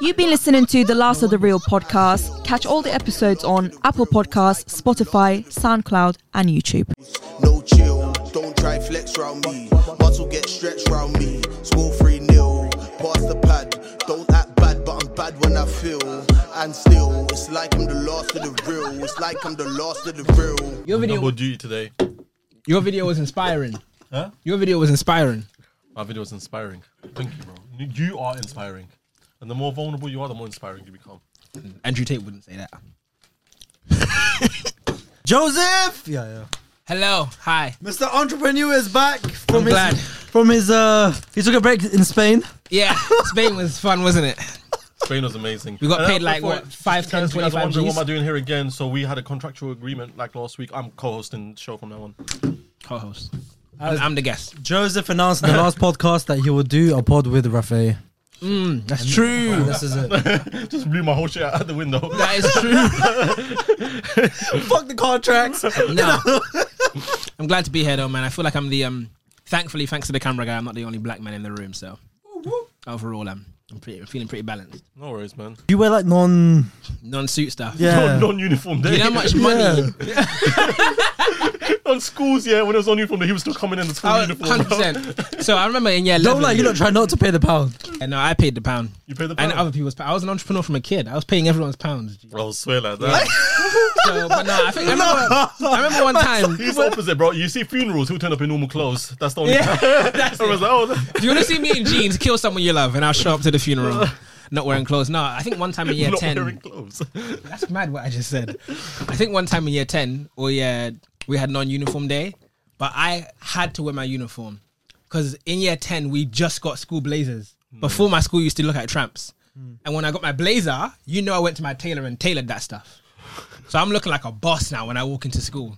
You've been listening to the Last of the Real podcast. Catch all the episodes on Apple Podcasts, Spotify, SoundCloud, and YouTube. No chill, don't try flex round me. Muscle get stretched round me. Score 3 nil, pass the pad. Don't act bad, but I'm bad when I feel. And still, it's like I'm the last of the real. It's like I'm the last of the real. Your video, Double duty today. your video was inspiring. Huh? Your video was inspiring. My video is inspiring. Thank you, bro. You are inspiring. And the more vulnerable you are, the more inspiring you become. Andrew Tate wouldn't say that. Joseph, yeah, yeah. Hello, hi. Mr. Entrepreneur is back from I'm his glad. from his uh he took a break in Spain. Yeah, Spain was fun, wasn't it? Spain was amazing. We got And paid, that's like, before- what, five, just in 10, case you guys are 25 wondering What Gs? am I doing here again? So we had a contractual agreement like last week. I'm co-hosting the show from now on. Co-host. I'm, I'm the guest. Joseph announced in the last podcast that he will do a pod with Rafe. That's true. This is it. Just blew my whole shit out the window. That is true. Fuck the contracts. no. I'm glad to be here, though, man. I feel like I'm the um. Thankfully, thanks to the camera guy, I'm not the only black man in the room. So overall, I'm I'm pretty I'm feeling pretty balanced. No worries, man. You wear like non Non-suit stuff. yeah. Non uniform day. You know how much money? on schools, yeah, when it was on uniform day, he was still coming in the school I was- uniform. 100%. Oh, So I remember in year 11. Don't like you not try not to pay the pound. Yeah, no, uh, I paid the pound. You paid the And pound? other people's pound. I was an entrepreneur from a kid. I was paying everyone's pounds. G. I'll swear like that. So, but no, I think I remember, I remember one time. He's the opposite, bro. You see funerals, he'll turn up in normal clothes. That's the only Yeah, time. I was like, oh, If you want to see me in jeans, kill someone you love, and I'll show up to the funeral not wearing clothes. No, I think one time in year oh, not 10. wearing clothes. That's mad what I just said. I think one time in year 10, or yeah, we had non uniform day, but I had to wear my uniform because in year 10, we just got school blazers. Before my school used to look at tramps. And when I got my blazer, you know, I went to my tailor and tailored that stuff. So I'm looking like a boss now when I walk into school.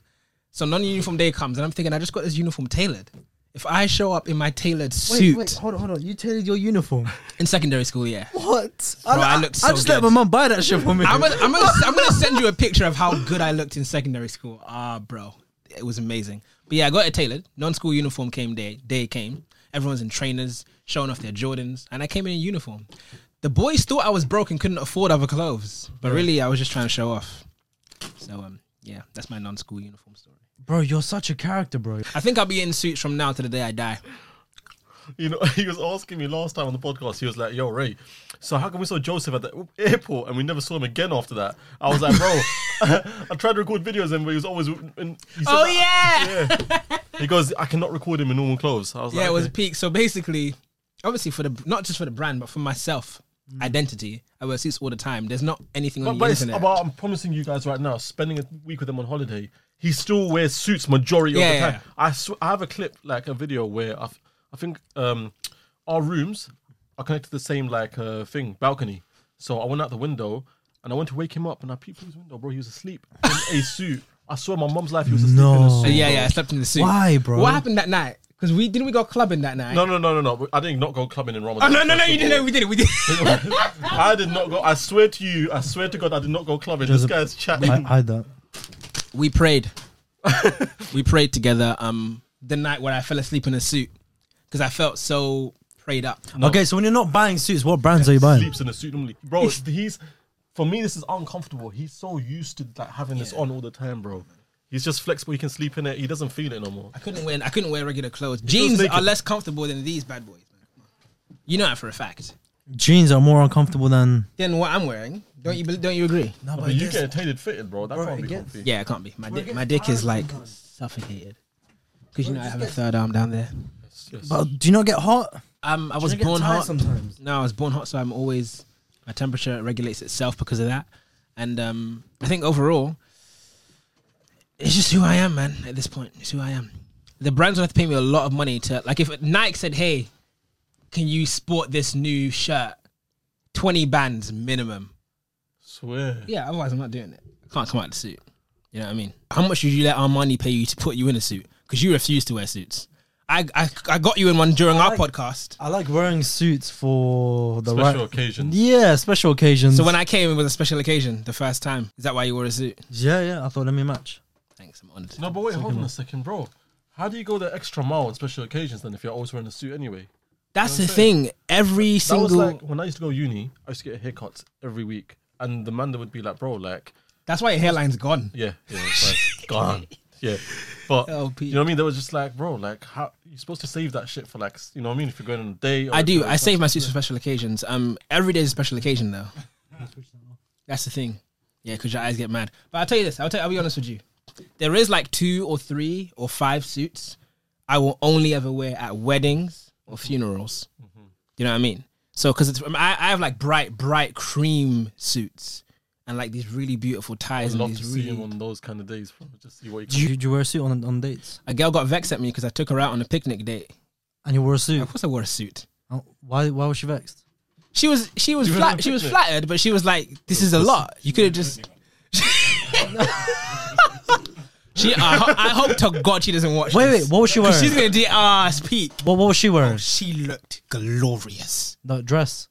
So non uniform day comes, and I'm thinking, I just got this uniform tailored. If I show up in my tailored suit hold on, hold on. You tailored your uniform. in secondary school, yeah. What? Bro, I looked so just let good. my mum buy that shit for me. I'm gonna, I'm, gonna, I'm gonna send you a picture of how good I looked in secondary school. Ah, bro, it was amazing. But yeah, I got it tailored. Non-school uniform came day. Day came. Everyone's in trainers, showing off their Jordans, and I came in in uniform. The boys thought I was broke and couldn't afford other clothes, but really I was just trying to show off. So um, yeah, that's my non-school uniform story. bro, you're such a character, bro. I think I'll be in suits from now to the day I die. You know, he was asking me last time on the podcast. He was like, "Yo, Ray, so how come we saw Joseph at the airport and we never saw him again after that?" I was like, "Bro, I tried to record videos and he was always." In, he said Oh that- yeah, He goes, "I cannot record him in normal clothes." I was yeah, like, it was "Okay." peak. So basically, obviously for the not just for the brand, but for myself, identity. I wear suits all the time. There's not anything on Mm. But, the but, it's, internet. but I'm promising you guys right now, spending a week with him on holiday, he still wears suits majority Yeah, of the yeah, time. I sw- I have a clip like a video where I, f- I think um our rooms are connected to the same like uh, thing balcony. So I went out the window and I went to wake him up and I peeped through his window, bro. He was asleep in a suit. I saw in my mom's life he was asleep in a No. suit. Uh, yeah, bro. yeah, I slept in the suit. Why, bro? What happened that night? Because we didn't we go clubbing that night? No, no, no, no, no. I did not go clubbing in Oh, Ramadan. no, no, no, first you of didn't. No, all. we did. We did. I did not go. I swear to you, I swear to God, I did not go clubbing. Joseph, this guy's chatting. I, I don't. we prayed. we prayed together. Um, the night where I fell asleep in a suit because I felt so prayed up. Okay, so when you're not buying suits, what brands are you buying? sleeps in a suit normally. Bro, he's, for me this is uncomfortable. He's so used to like having this on all the time, bro. He's just flexible. He can sleep in it. He doesn't feel it no more. I couldn't wear. I couldn't wear regular clothes. Jeans naked. are less comfortable than these bad boys. man. You know that for a fact. Jeans are more uncomfortable than. Then what I'm wearing? Don't you? bel- Don't you agree? No, But you get tailored fitted, bro. That can't be comfy. Yeah, it can't be. My dick. My dick is like suffocated. Because you know I have a third arm down there. But do you not get hot? Um, I was you get born tired hot. sometimes? No, I was born hot, so I'm always my temperature regulates itself because of that. And um, I think overall, it's just who I am, man. At this point, it's who I am. The brands would have to pay me a lot of money to like if Nike said, "Hey, can you sport this new shirt?" Twenty bands minimum. Swear. Yeah, otherwise I'm not doing it. I can't come out the suit. You know what I mean? How much would you let Armani pay you to put you in a suit? Because you refuse to wear suits. I, I, I got you in one during our podcast. I like wearing suits for the Special right. occasion. Yeah, special occasions. So when I came, it was a special occasion the first time. Is that why you wore a suit? yeah, yeah, I thought let me match. Thanks, I'm honored. No, but wait, hold on a second, bro. How do you go the extra mile on special occasions then if you're always wearing a suit anyway? That's the thing. Every That was single. like when I used to go uni. I used to get haircuts every week, and the man that would be like, "Bro, like, that's why your hairline's gone. yeah, yeah, it's like, gone, yeah." But LP. you know what I mean? They were just like, "Bro, like, how you're supposed to save that shit for like, s- you know what I mean? If you're going on a day, or I if do. you're- I save my suits for special occasions. Um, every day is a special occasion though. That's the thing. Yeah, because your eyes get mad. But I'll tell you this. I'll tell. I'll be honest with you. There is like two or three or five suits I will only ever wear at weddings or funerals. Mm-hmm. You know what I mean? So because it's I, I have like bright, bright cream suits and like these really beautiful I'd ties and love these to see him really. on those kind of days, bro. Just see what you Do can. you, do you wear a suit on on dates? A girl got vexed at me because I took her out on a picnic date. And you wore a suit. Of course, I wore a suit. Oh, Why why was she vexed? She was she was You went on flat a she was picnic? flattered, but she was like, "This is a lot. You could have just." she, I, ho- I hope to God she doesn't watch. Wait, this. wait, what was she 'Cause She's wearing? gonna do ah speak. What what was she wearing? She looked glorious. That dress.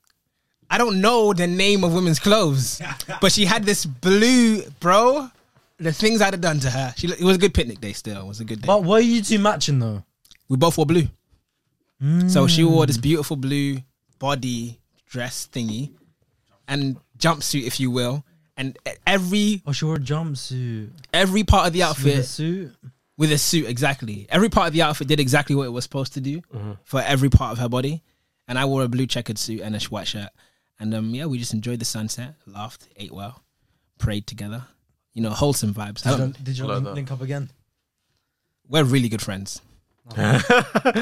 I don't know the name of women's clothes, but she had this blue bro. The things I'd have done to her. She, looked- it was a good picnic day. Still, it was a good day. But were you two matching though? we both wore blue. So she wore this beautiful blue body dress thingy and jumpsuit, if you will. And e- every Oh, she wore a jumpsuit. every part of the With a outfit suit. with a suit, exactly. Every part of the outfit did exactly what it was supposed to do for every part of her body. And I wore a blue checkered suit and a sh- white shirt. And um, yeah, we just enjoyed the sunset, laughed, ate well, prayed together. You know, wholesome vibes. I Did you, don't- did you Like link, that. link up again? we're really good friends.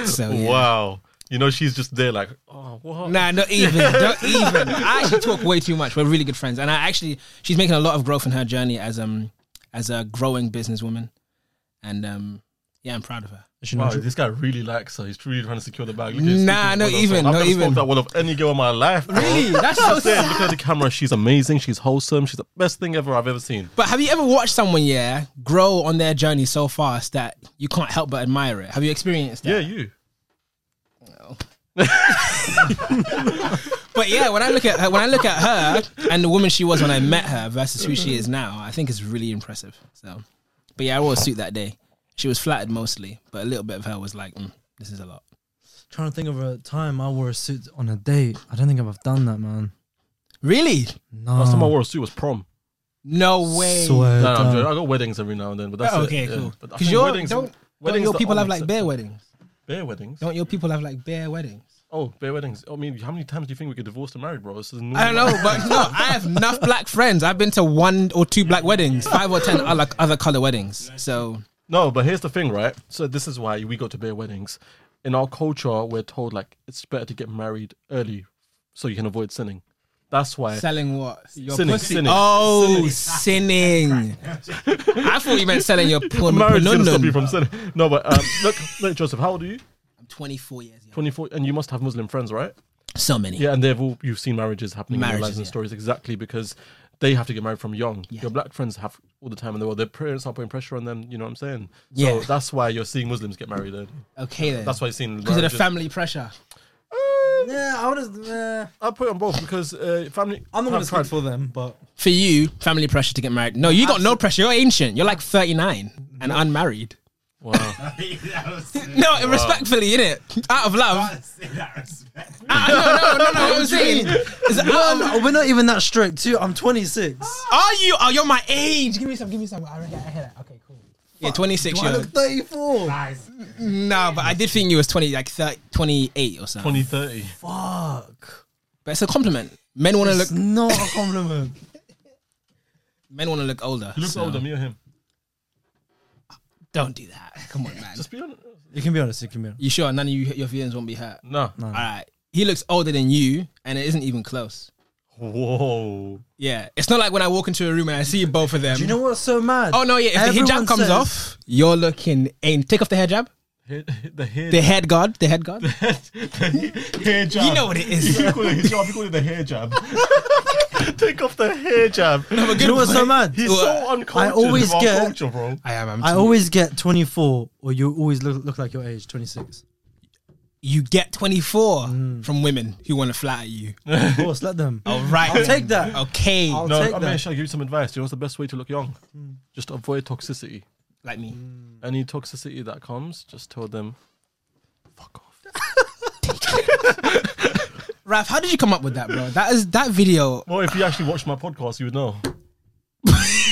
so yeah. Wow, you know she's just there, like, oh, what? Nah, not even. not even. I actually talk way too much. We're really good friends, and I actually she's making a lot of growth in her journey as um as a growing businesswoman, and um yeah, I'm proud of her. She Wow, knows you- this guy really likes her. He's really trying to secure the bag. Nah, Look at his not speaking even, one of- I've not never even. spoke that one of any girl in my life. bro. Really, that's so Just saying, sad. look at the camera. She's amazing. She's wholesome. She's the best thing ever I've ever seen. But have you ever watched someone yeah grow on their journey so fast that you can't help but admire it? Have you experienced that? Yeah, you. But yeah, when I look at her, when I look at her and the woman she was when I met her versus who she is now, I think it's really impressive. So, but yeah, I wore a suit that day. She was flattered mostly, but a little bit of her was like, mm, "This is a lot." Trying to think of a time I wore a suit on a date. I don't think I've done that, man. Really? No. Last time Ah. I wore a suit was prom. No way. Swear No, no, I'm down. joking. I got weddings every now and then, but that's um, Oh, it, okay, yeah. cool. But I Because think your weddings- don't, don't weddings your are people have all like bare acceptable. weddings? Bare weddings. Don't your people have like bare weddings? Oh, bare weddings. I mean, how many times do you think we get divorced and married, bro? This is I don't know, but no, I have enough black friends. I've been to one or two black weddings, five or ten other, other color weddings. So No, but here's the thing, right? So this is why we go to bare weddings. In our culture, we're told like it's better to get married early, so you can avoid sinning. That's why. selling what? Your Sinning, pussy. sinning. Oh, sinning. I thought you meant selling your porn. marriage is gonna stop you pornundum. from sinning. No, but um, look, look, Joseph, how old are you? I'm 24 years young. 24, and you must have Muslim friends, right? So many. Yeah, and they've all you've seen marriages happening in Marriages, their lives and yeah. stories exactly because they have to get married from young. Your black friends have all the time in the world. Their parents are putting pressure on them. You know what I'm saying? So Yeah. that's why you're seeing Muslims get married early. Okay then. That's why you're seeing Because of the marriages- family pressure. Yeah, I would. Uh, I put it on both because uh, family. I'm Pride- not gonna speak pride- for them, but For you, family pressure to get married. No, you got no pressure. You're ancient. You're like 39 and unmarried. Wow. No, respectfully, innit? Out of love. Ah, no, no, no, no. what I'm saying. Is it out of- we're not even that strict, too. I'm 26. Are you? Oh, you're my age. Give me some. Give me some. I already I hear that. Okay, cool. Yeah, 26 I year look old. 34. No, but I did think you was 20, like 30, 28 or something. 20, 30. Fuck. But it's a compliment. Men want to look. It's not a compliment. Men want to look older. He looks so older, me or him? Don't do that. Come on, man. Just be honest. you can be honest. You can be honest. You sure none of you your feelings won't be hurt? No. No. All right. He looks older than you, and it isn't even close. Whoa. Yeah, it's not like when I walk into a room and I see both of them. Do you know what's so mad? Oh no, yeah. If the Everyone hijab comes says- off, you're looking. And take off the hijab. Head, the hair. The head guard. The head guard. hair jab. You know what it is. You call it his job, you call it the hair jab. Take off the hair jab. Do you know what's so mad? He's Well, so uncultured. I always of our get- culture, bro. I am. I'm I too- always get 24, or you always look, look like your age, 26. you get 24 from women who want to flatter you. Of course, let them. All right. Mm. I'll take that. Okay. I'll No, take I'm that. gonna give you some advice. Do you know what's the best way to look young? Just avoid toxicity. like me. Any toxicity that comes, just tell them, fuck off. Raf, how did you come up with that, bro? That is that video. Well, if you actually watched my podcast, you would know.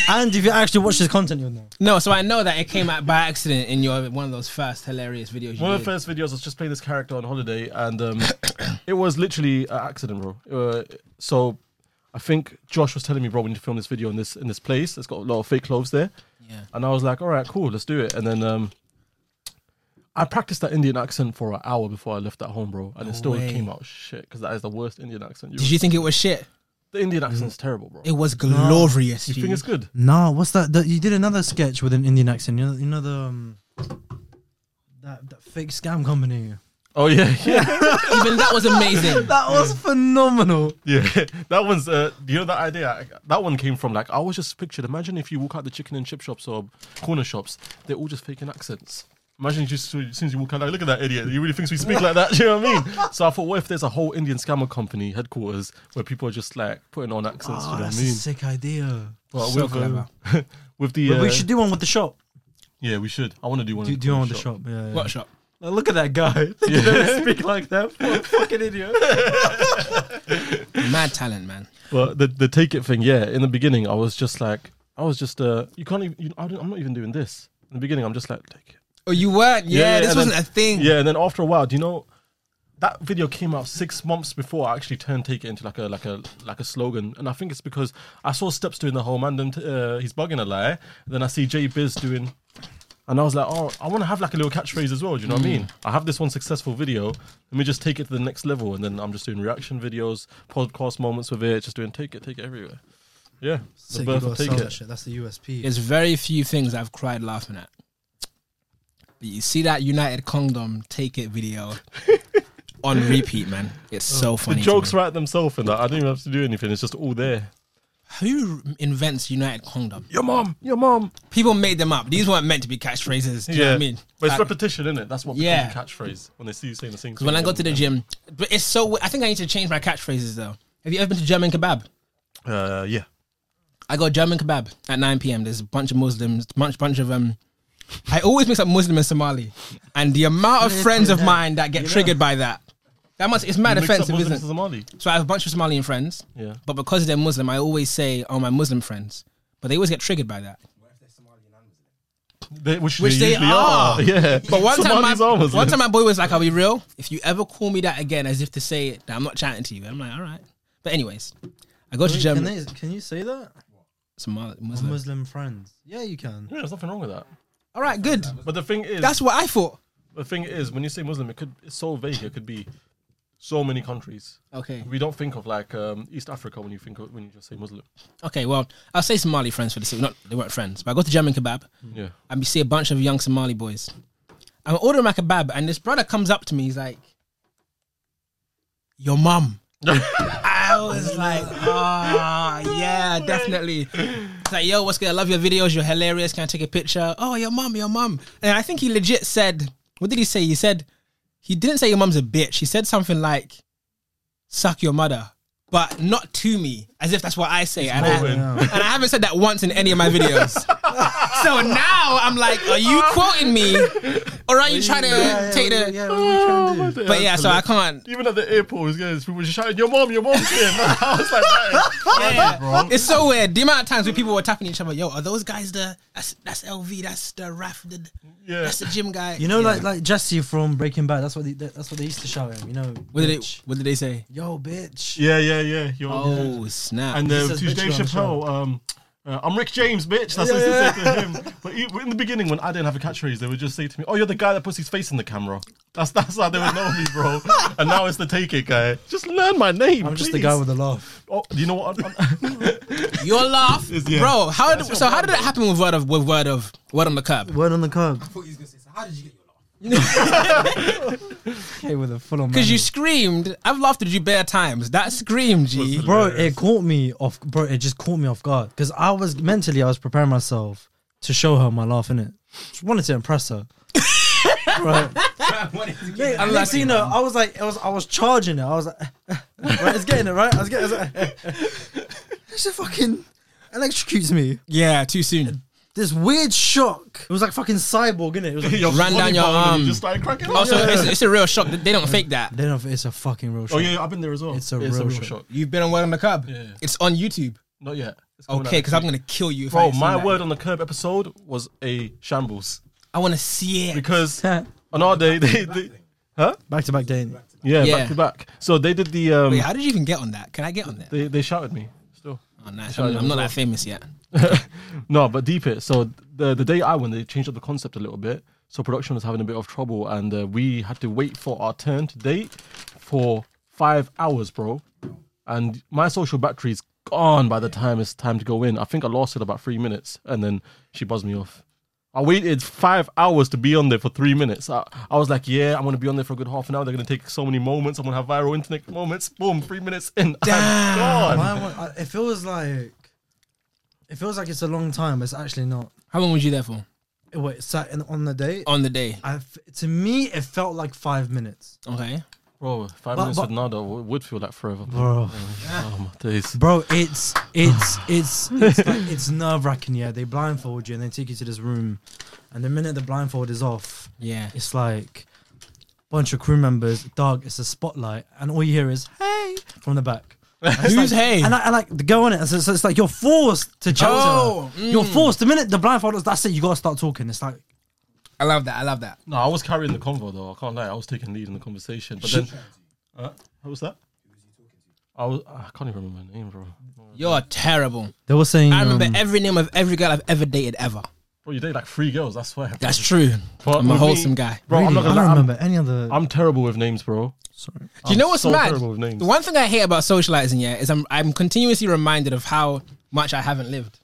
And if you actually watch this content, you'll know. No, so I know that it came out by accident in your one of those first hilarious videos. You One of did. the first videos, I was just playing this character on holiday, and um, it was literally an accident, bro. Uh, so, I think Josh was telling me, bro, we need to film this video in this in this place. It's got a lot of fake clothes there, Yeah. and I was like, all right, cool, let's do it. And then um, I practiced that Indian accent for an hour before I left that home, bro, and it still way. came out shit because that is the worst Indian accent. Did you think it was shit? the Indian accent is terrible, bro. It was glorious. you G. think it's good? Nah, what's that? that you did another sketch with an Indian accent. You know, you know the um, that that fake scam company. Oh yeah, yeah, Even that was amazing. That was phenomenal. yeah. That one's uh, you know that idea. I- That one came from like I was just pictured. Imagine if you walk out the chicken and chip shops or corner shops, they're all just faking accents. Imagine just as soon as you walk out, like, look at that idiot. He really thinks we speak like that. Do you know what I mean? So I thought, what if there's a whole Indian scammer company headquarters where people are just like putting on accents? do you know Oh, what that's I a mean? sick idea. But So with, um, with the But uh, we should do one with the shop. yeah, we should. I want to do one. Do, in do corner one with the shop. Yeah. yeah. What shop? Like, Look at that guy. They don't speak like that. What a fucking idiot. Mad talent, man. Well, the the take it thing, yeah. In the beginning, I was just like, I was just, uh, you can't even. You, I don't, I'm not even doing this. In the beginning, I'm just like, take it. Oh, you weren't. Yeah, yeah, this and wasn't then- a thing. Yeah, and then after a while, do you know? That video came out six months before I actually turned "Take It" into like a like a like a slogan, and I think it's because I saw Steps doing the whole man, them t- uh, he's bugging a lie. Then I see Jay Biz doing, and I was like, oh, I want to have like a little catchphrase as well. Do you know what I Mm. mean? I have this one successful video, let me just take it to the next level, and then I'm just doing reaction videos, podcast moments with it, just doing "Take It, Take It" everywhere. Yeah, the Sick, you birth of gotta "Take sell that It." shit. That's the USP. There's very few things I've cried laughing at. But you see that United Kingdom take it video on repeat, man. It's so The funny. to jokes me. write themselves in that. I don't even have to do anything. It's just all there. Who invents United Kingdom? Your mom, your mom. People made them up. These weren't meant to be catchphrases. Do you know what I mean? But it's Like- repetition, isn't it? That's what Yeah. yeah. becomes a catchphrase when they see you saying the same thing. Because when I go to the gym, but it's so. we- I think I need to change my catchphrases though. Have you ever been to German kebab? Uh, yeah. I go German kebab at 9 p.m. There's a bunch of Muslims, bunch bunch of um. I always mix up Muslim and Somali, and the amount of friends of mine that get triggered by that. That must it's mad Mix up offensive, Muslims isn't and it? Somali. So I have a bunch of Somalian friends, Yeah. but because they're Muslim, I always say, "Oh, my Muslim friends," but they always get triggered by that. They, which, Which they, they usually are. are. Yeah. But one time, my, Somalis are Muslims. one time my boy was like, "I'll be real. If you ever call me that again, as if to say that I'm not chatting to you," I'm like, "All right." But anyways, I go to can, Germany. they, can you say that? Somali Muslim. Muslim. Muslim friends. Yeah, you can. Yeah, there's nothing wrong with that. All right, good. But the thing is, That's what I thought. the thing is, when you say Muslim, it could it's so vague. It could be so many countries. Okay. We don't think of like um, East Africa when you think of, when you just say Muslim. Okay. Well, I'll say Somali friends for the sake. Not they weren't friends, but I go to German kebab Yeah. and we see a bunch of young Somali boys. I'm ordering my kebab and this brother comes up to me. He's like, "Your mum." I was like, "Oh yeah, definitely." It's like, "Yo, what's good? I love your videos. You're hilarious. Can I take a picture?" Oh, your mum, your mum. And I think he legit said, "What did he say?" He said, "He didn't say your mum's a bitch." He said something like, "Suck your mother." But not to me, as if that's what I say. And I, moving. and I haven't said that once in any of my videos. So now I'm like, are you quoting me, or are you trying to Uh-huh. yeah, yeah, take yeah, the? yeah, what are you trying to do? But yeah, so I can't. Even at the airport, guys, people were shouting, "Your mom, your mom's here!" Man, I was like, that is Yeah. It's so weird. The amount of times when people were tapping each other, yo, are those guys the? That's, that's LV. That's the Raf. The, Yeah. That's the gym guy. You know, Yeah. like like Jesse from Breaking Bad. That's what they, that- that's what they used to shout at him. You know, what did they? bitch. What did they say? Yo, bitch. Yeah, yeah, yeah. Your Oh snap! And uh, says to bitch Dave around the Chappelle, um, uh, I'm Rick James, bitch. That's what he said to him. But he- in the beginning, when I didn't have a catchphrase, they would just say to me, "Oh, you're the guy that puts his face in the camera." That's that's how they would know me, bro. And now it's the take it guy. Just learn my name. I'm just the please. guy with the laugh. Oh, you know what? I'm- I'm- Your laugh, It's- yeah. bro. How did, your so? How brand, did that bro. happen with word of with word of word on the curb? Word on the curb. thought he was gonna say, so how did you get your laugh? Okay, with a full on. Because you manual. screamed. I've laughed at you bare times. That scream, G. bro, it caught me off. Bro, it just caught me off guard because I was mentally I was preparing myself to show her my laugh in it. Just wanted to impress her. bro, Mate, I'm next lucky, thing you know, I was like, I was, I was charging it. I was like, right, it's getting it right. I was getting. I was like, she fucking electrocutes me. Yeah, too soon. this weird shock. It was like fucking cyborg, innit? It was like, Your Ran down funny your bone and you arm. Just started cracking up. Oh, so it's, it's a real shock. They don't fake that. They don't- it's a fucking real shock. Oh yeah, I've been there as well. It's a real shock. You've been on Word on the Curb. Yeah. It's on YouTube. Not yet. It's coming out Okay, next because I'm week. gonna kill you. If I Bro, ain't seen my that. word on the curb episode was a shambles I want to see it. because on our day they, they huh Back to back day. innit? yeah, Yeah. back to back. So they did the um Wait, how did you even get on that? Can I get on that? they they shouted me still. Oh, nice. Sorry, I'm, I'm I'm not sorry. that famous yet. No, but deep it. So the the day I went, they changed up the concept a little bit. So production was having a bit of trouble, and uh, we had to wait for our turn to date for five hours, bro. And my social battery's gone by the time it's time to go in. I think I lost it about three minutes, and then she buzzed me off. I waited five hours to be on there for three minutes. I, I was like, yeah, I'm gonna be on there for a good half an hour. They're gonna take so many moments. I'm gonna have viral internet moments. Boom, three minutes in. I'm gone. Why would- I- it feels like it feels like it's a long time. But it's actually not. How long was you there for? It- Wait, sat in, on the day. On the day. I f to me, it felt like five minutes, Okay. Bro, five But- minutes but- with Nada w- would feel like forever. bro. Oh my days. Bro, it's it's it's it's, like, it's nerve wracking. Yeah, they blindfold you and they take you to this room, and the minute the blindfold is off, Yeah. it's like bunch of crew members, dog. It's a spotlight, and all you hear is "Hey" from the back. Who's hey? And I, I like the go on it. and So, so it's like you're forced to chat. to her. Oh, mm. You're forced. The minute the blindfold is, that's it. You gotta start talking. It's like I love that. I love that. No, I was carrying the convo though. I can't lie. I was taking lead in the conversation. But then, uh, what was that? I was. I can't even remember her name, bro. You're terrible. they were saying. um, I remember Um. every name of every girl I've ever dated ever. Bro, you dated like three girls. I swear. That's true. But I'm a with wholesome me- guy. Bro, I'm not gonna. I lie, don't I'm, remember any other. I'm terrible with names, bro. sorry. Do you know what's so mad? terrible with names. The one thing I hate about socializing, yeah, is I'm I'm continuously reminded of how much I haven't lived.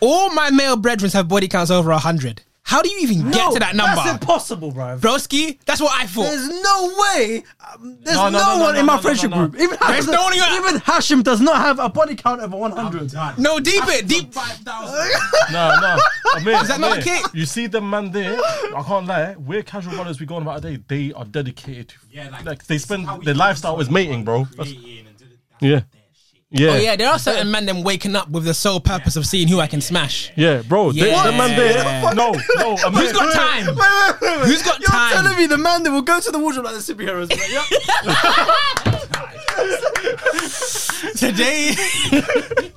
All my male brethren have body counts over hundred. How do you even get to that That's number, impossible, bro. broski? That's what I thought. There's no way. um, there's No, no, no, no, no, one no, in my no, no, friendship no, no. group. Even Hashim, no one in your- even Hashim does not have a body count over 100. No, deep it, deep. No, no. I'm here, that I'm not a here. kick? You see the man there? I can't lie. We're casual runners. We go on about a day. They are dedicated. To, Yeah, like, they this is spend how we their do lifestyle is mating, bro. That's- yeah. Yeah. Oh yeah, there are certain men them waking up with the sole purpose of seeing who I can smash. Yeah, bro. They, Yeah. the man there. No, no. I'm Who's got time? Who's got time? me the man that will go to the wardrobe like the superheroes. Like, yeah. today.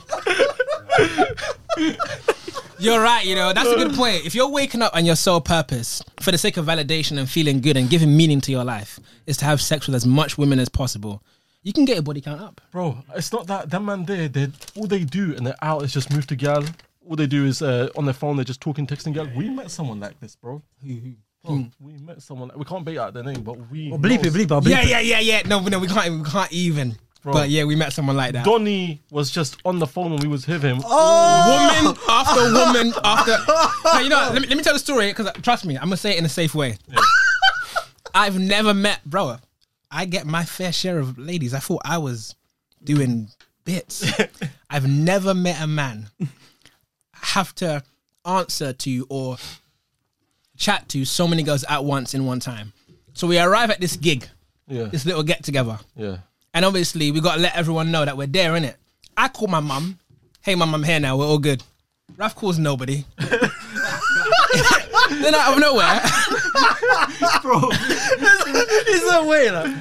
you're right, you know, that's a good point. If you're waking up and your sole purpose for the sake of validation and feeling good and giving meaning to your life is to have sex with as much women as possible, you can get your body count up. Bro, it's not that that man there. They all they do and they're out is just move to gal. All they do is uh, on their phone. They're just talking, texting gal. we met someone like this, bro. Bro, we met someone. Like, we can't bait out their name, but we. Well, Oh, bleep it, bleep it. I'll bleep Yeah, it. yeah, yeah, yeah. No, no, we can't we can't even. But yeah, we met someone like that. Donny was just on the phone when we was with him. woman after woman after. Now, you know, what? let me, let me tell the story because trust me, I'm gonna say it in a safe way. I've never met, bro. I get my fair share of ladies. I thought I was doing bits. I've never met a man have to answer to or chat to so many girls at once in one time. So we arrive at this gig, Yeah, this little get together. yeah. And obviously, we got to let everyone know that we're there, innit? I call my mum. Hey, mum, I'm here now. We're all good. Raf calls nobody. then out of nowhere, There's no way. Like,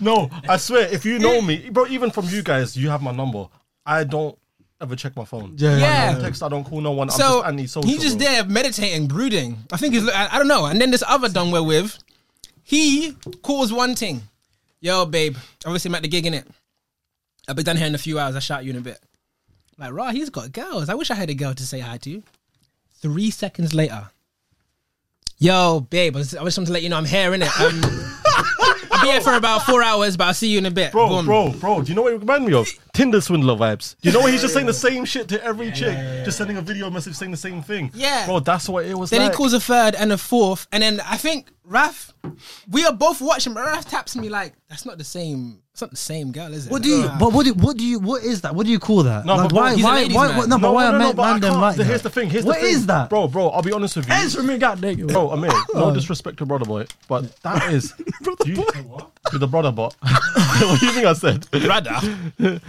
No, I swear, if you know me, bro, even from you guys, you have my number. I don't ever check my phone. yeah. I yeah. don't text. I don't call no one. So I'm just antisocial. he's just bro. there meditating, brooding. I think he's. I, I don't know. And then this other dong we're with, he calls one thing. Yo, babe. Obviously, I'm at the gig innit. I'll be done here in a few hours. I will shout you in a bit. Like, rah, he's got girls. I wish I had a girl to say hi to. Three seconds later, yo, babe. I just, I just wanted to let you know I'm here innit. Um, I'll be here for about four hours, but I'll see you in a bit. Bro, Boom. bro, bro, do you know what it reminded me of? Tinder swindler vibes. You know what? He's just saying the same shit to every chick, just sending a video message saying the same thing. Yeah. Bro, that's what it was Then like. he calls a third and a fourth, and then I think Raf, we are both watching. But Raf taps me like, "That's not the same. It's not the same girl, is it?" What do you? Nah. But what do? What do you? What is that? What do you call that? No, like, but bro, why? he's a Why? ladies' Why? man. What, no, but why are men, but I man them can't- like? Here's that? the thing. Here's What the thing. is that? Bro, bro, I'll be honest with you. Ezra, Oh. me got naked. Bro, Amir, no disrespect to brother boy, but that is you, to the Oh, brother bot. what do you think I said? Brother.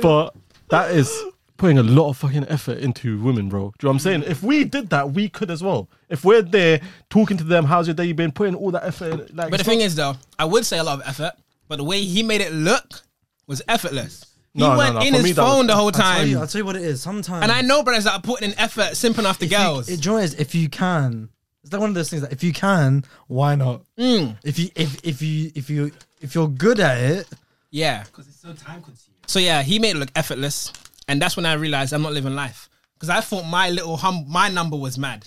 but that is putting a lot of fucking effort into women, bro. Do you know what I'm saying? If we did that, we could as well. If we're there talking to them, how's your day been? Putting all that effort, in, But like. the it's thing not- is, though, I would say a lot of effort, but the way he made it look was effortless. He No, no, went no, in for me his that was- phone the whole I tell time. you, I tell you what it is. Sometimes and I know brothers that are putting in effort, simping after if you- girls. It, do you know what it is? If you can, it's like one of those things that if you can, why not? Mm. If you if if you if you if you're good at it, yeah. because it's so time consuming. So yeah, he made it look effortless, and that's when I realized I'm not living life because I thought my little hum, my number was mad.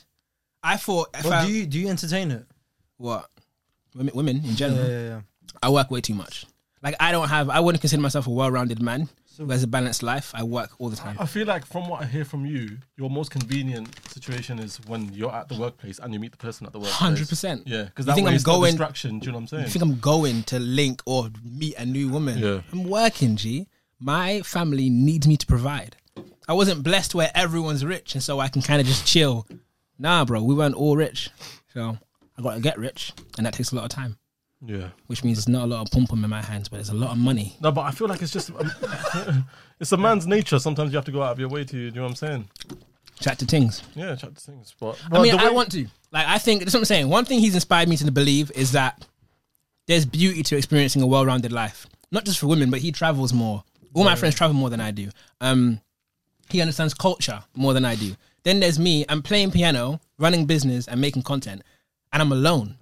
I thought if well, I, do you do you entertain it? what women, women in general, yeah. I work way too much. Like I don't have, I wouldn't consider myself a well-rounded man who has a balanced life. I work all the time. Oh, I feel like from what I hear from you, your most convenient situation is when you're at the workplace and you meet the person at the workplace. 100%. Yeah, You because that think way I'm it's not going- distraction. Do you know what I'm I saying? think I'm going to link or meet a new woman. Yeah. I'm working, G. My family needs me to provide. I wasn't blessed where everyone's rich, and so I can kind of just chill. Nah, bro, we weren't all rich, so I got to get rich, and that takes a lot of time. yeah. Which means there's not a lot of pom pom in my hands, but there's a lot of money. No, but I feel like it's just um, it's a man's nature. Sometimes you have to go out of your way to. Do you know what I'm saying? Chat to things. Yeah, chat to things. But, I but mean, the I way- want to. Like, I think that's what I'm saying. One thing he's inspired me to believe is that there's beauty to experiencing a well-rounded life, not just for women, but he travels more. All my friends travel more than I do. Um, he understands culture more than I do. Then there's me. I'm playing piano, running business, and making content, and I'm alone.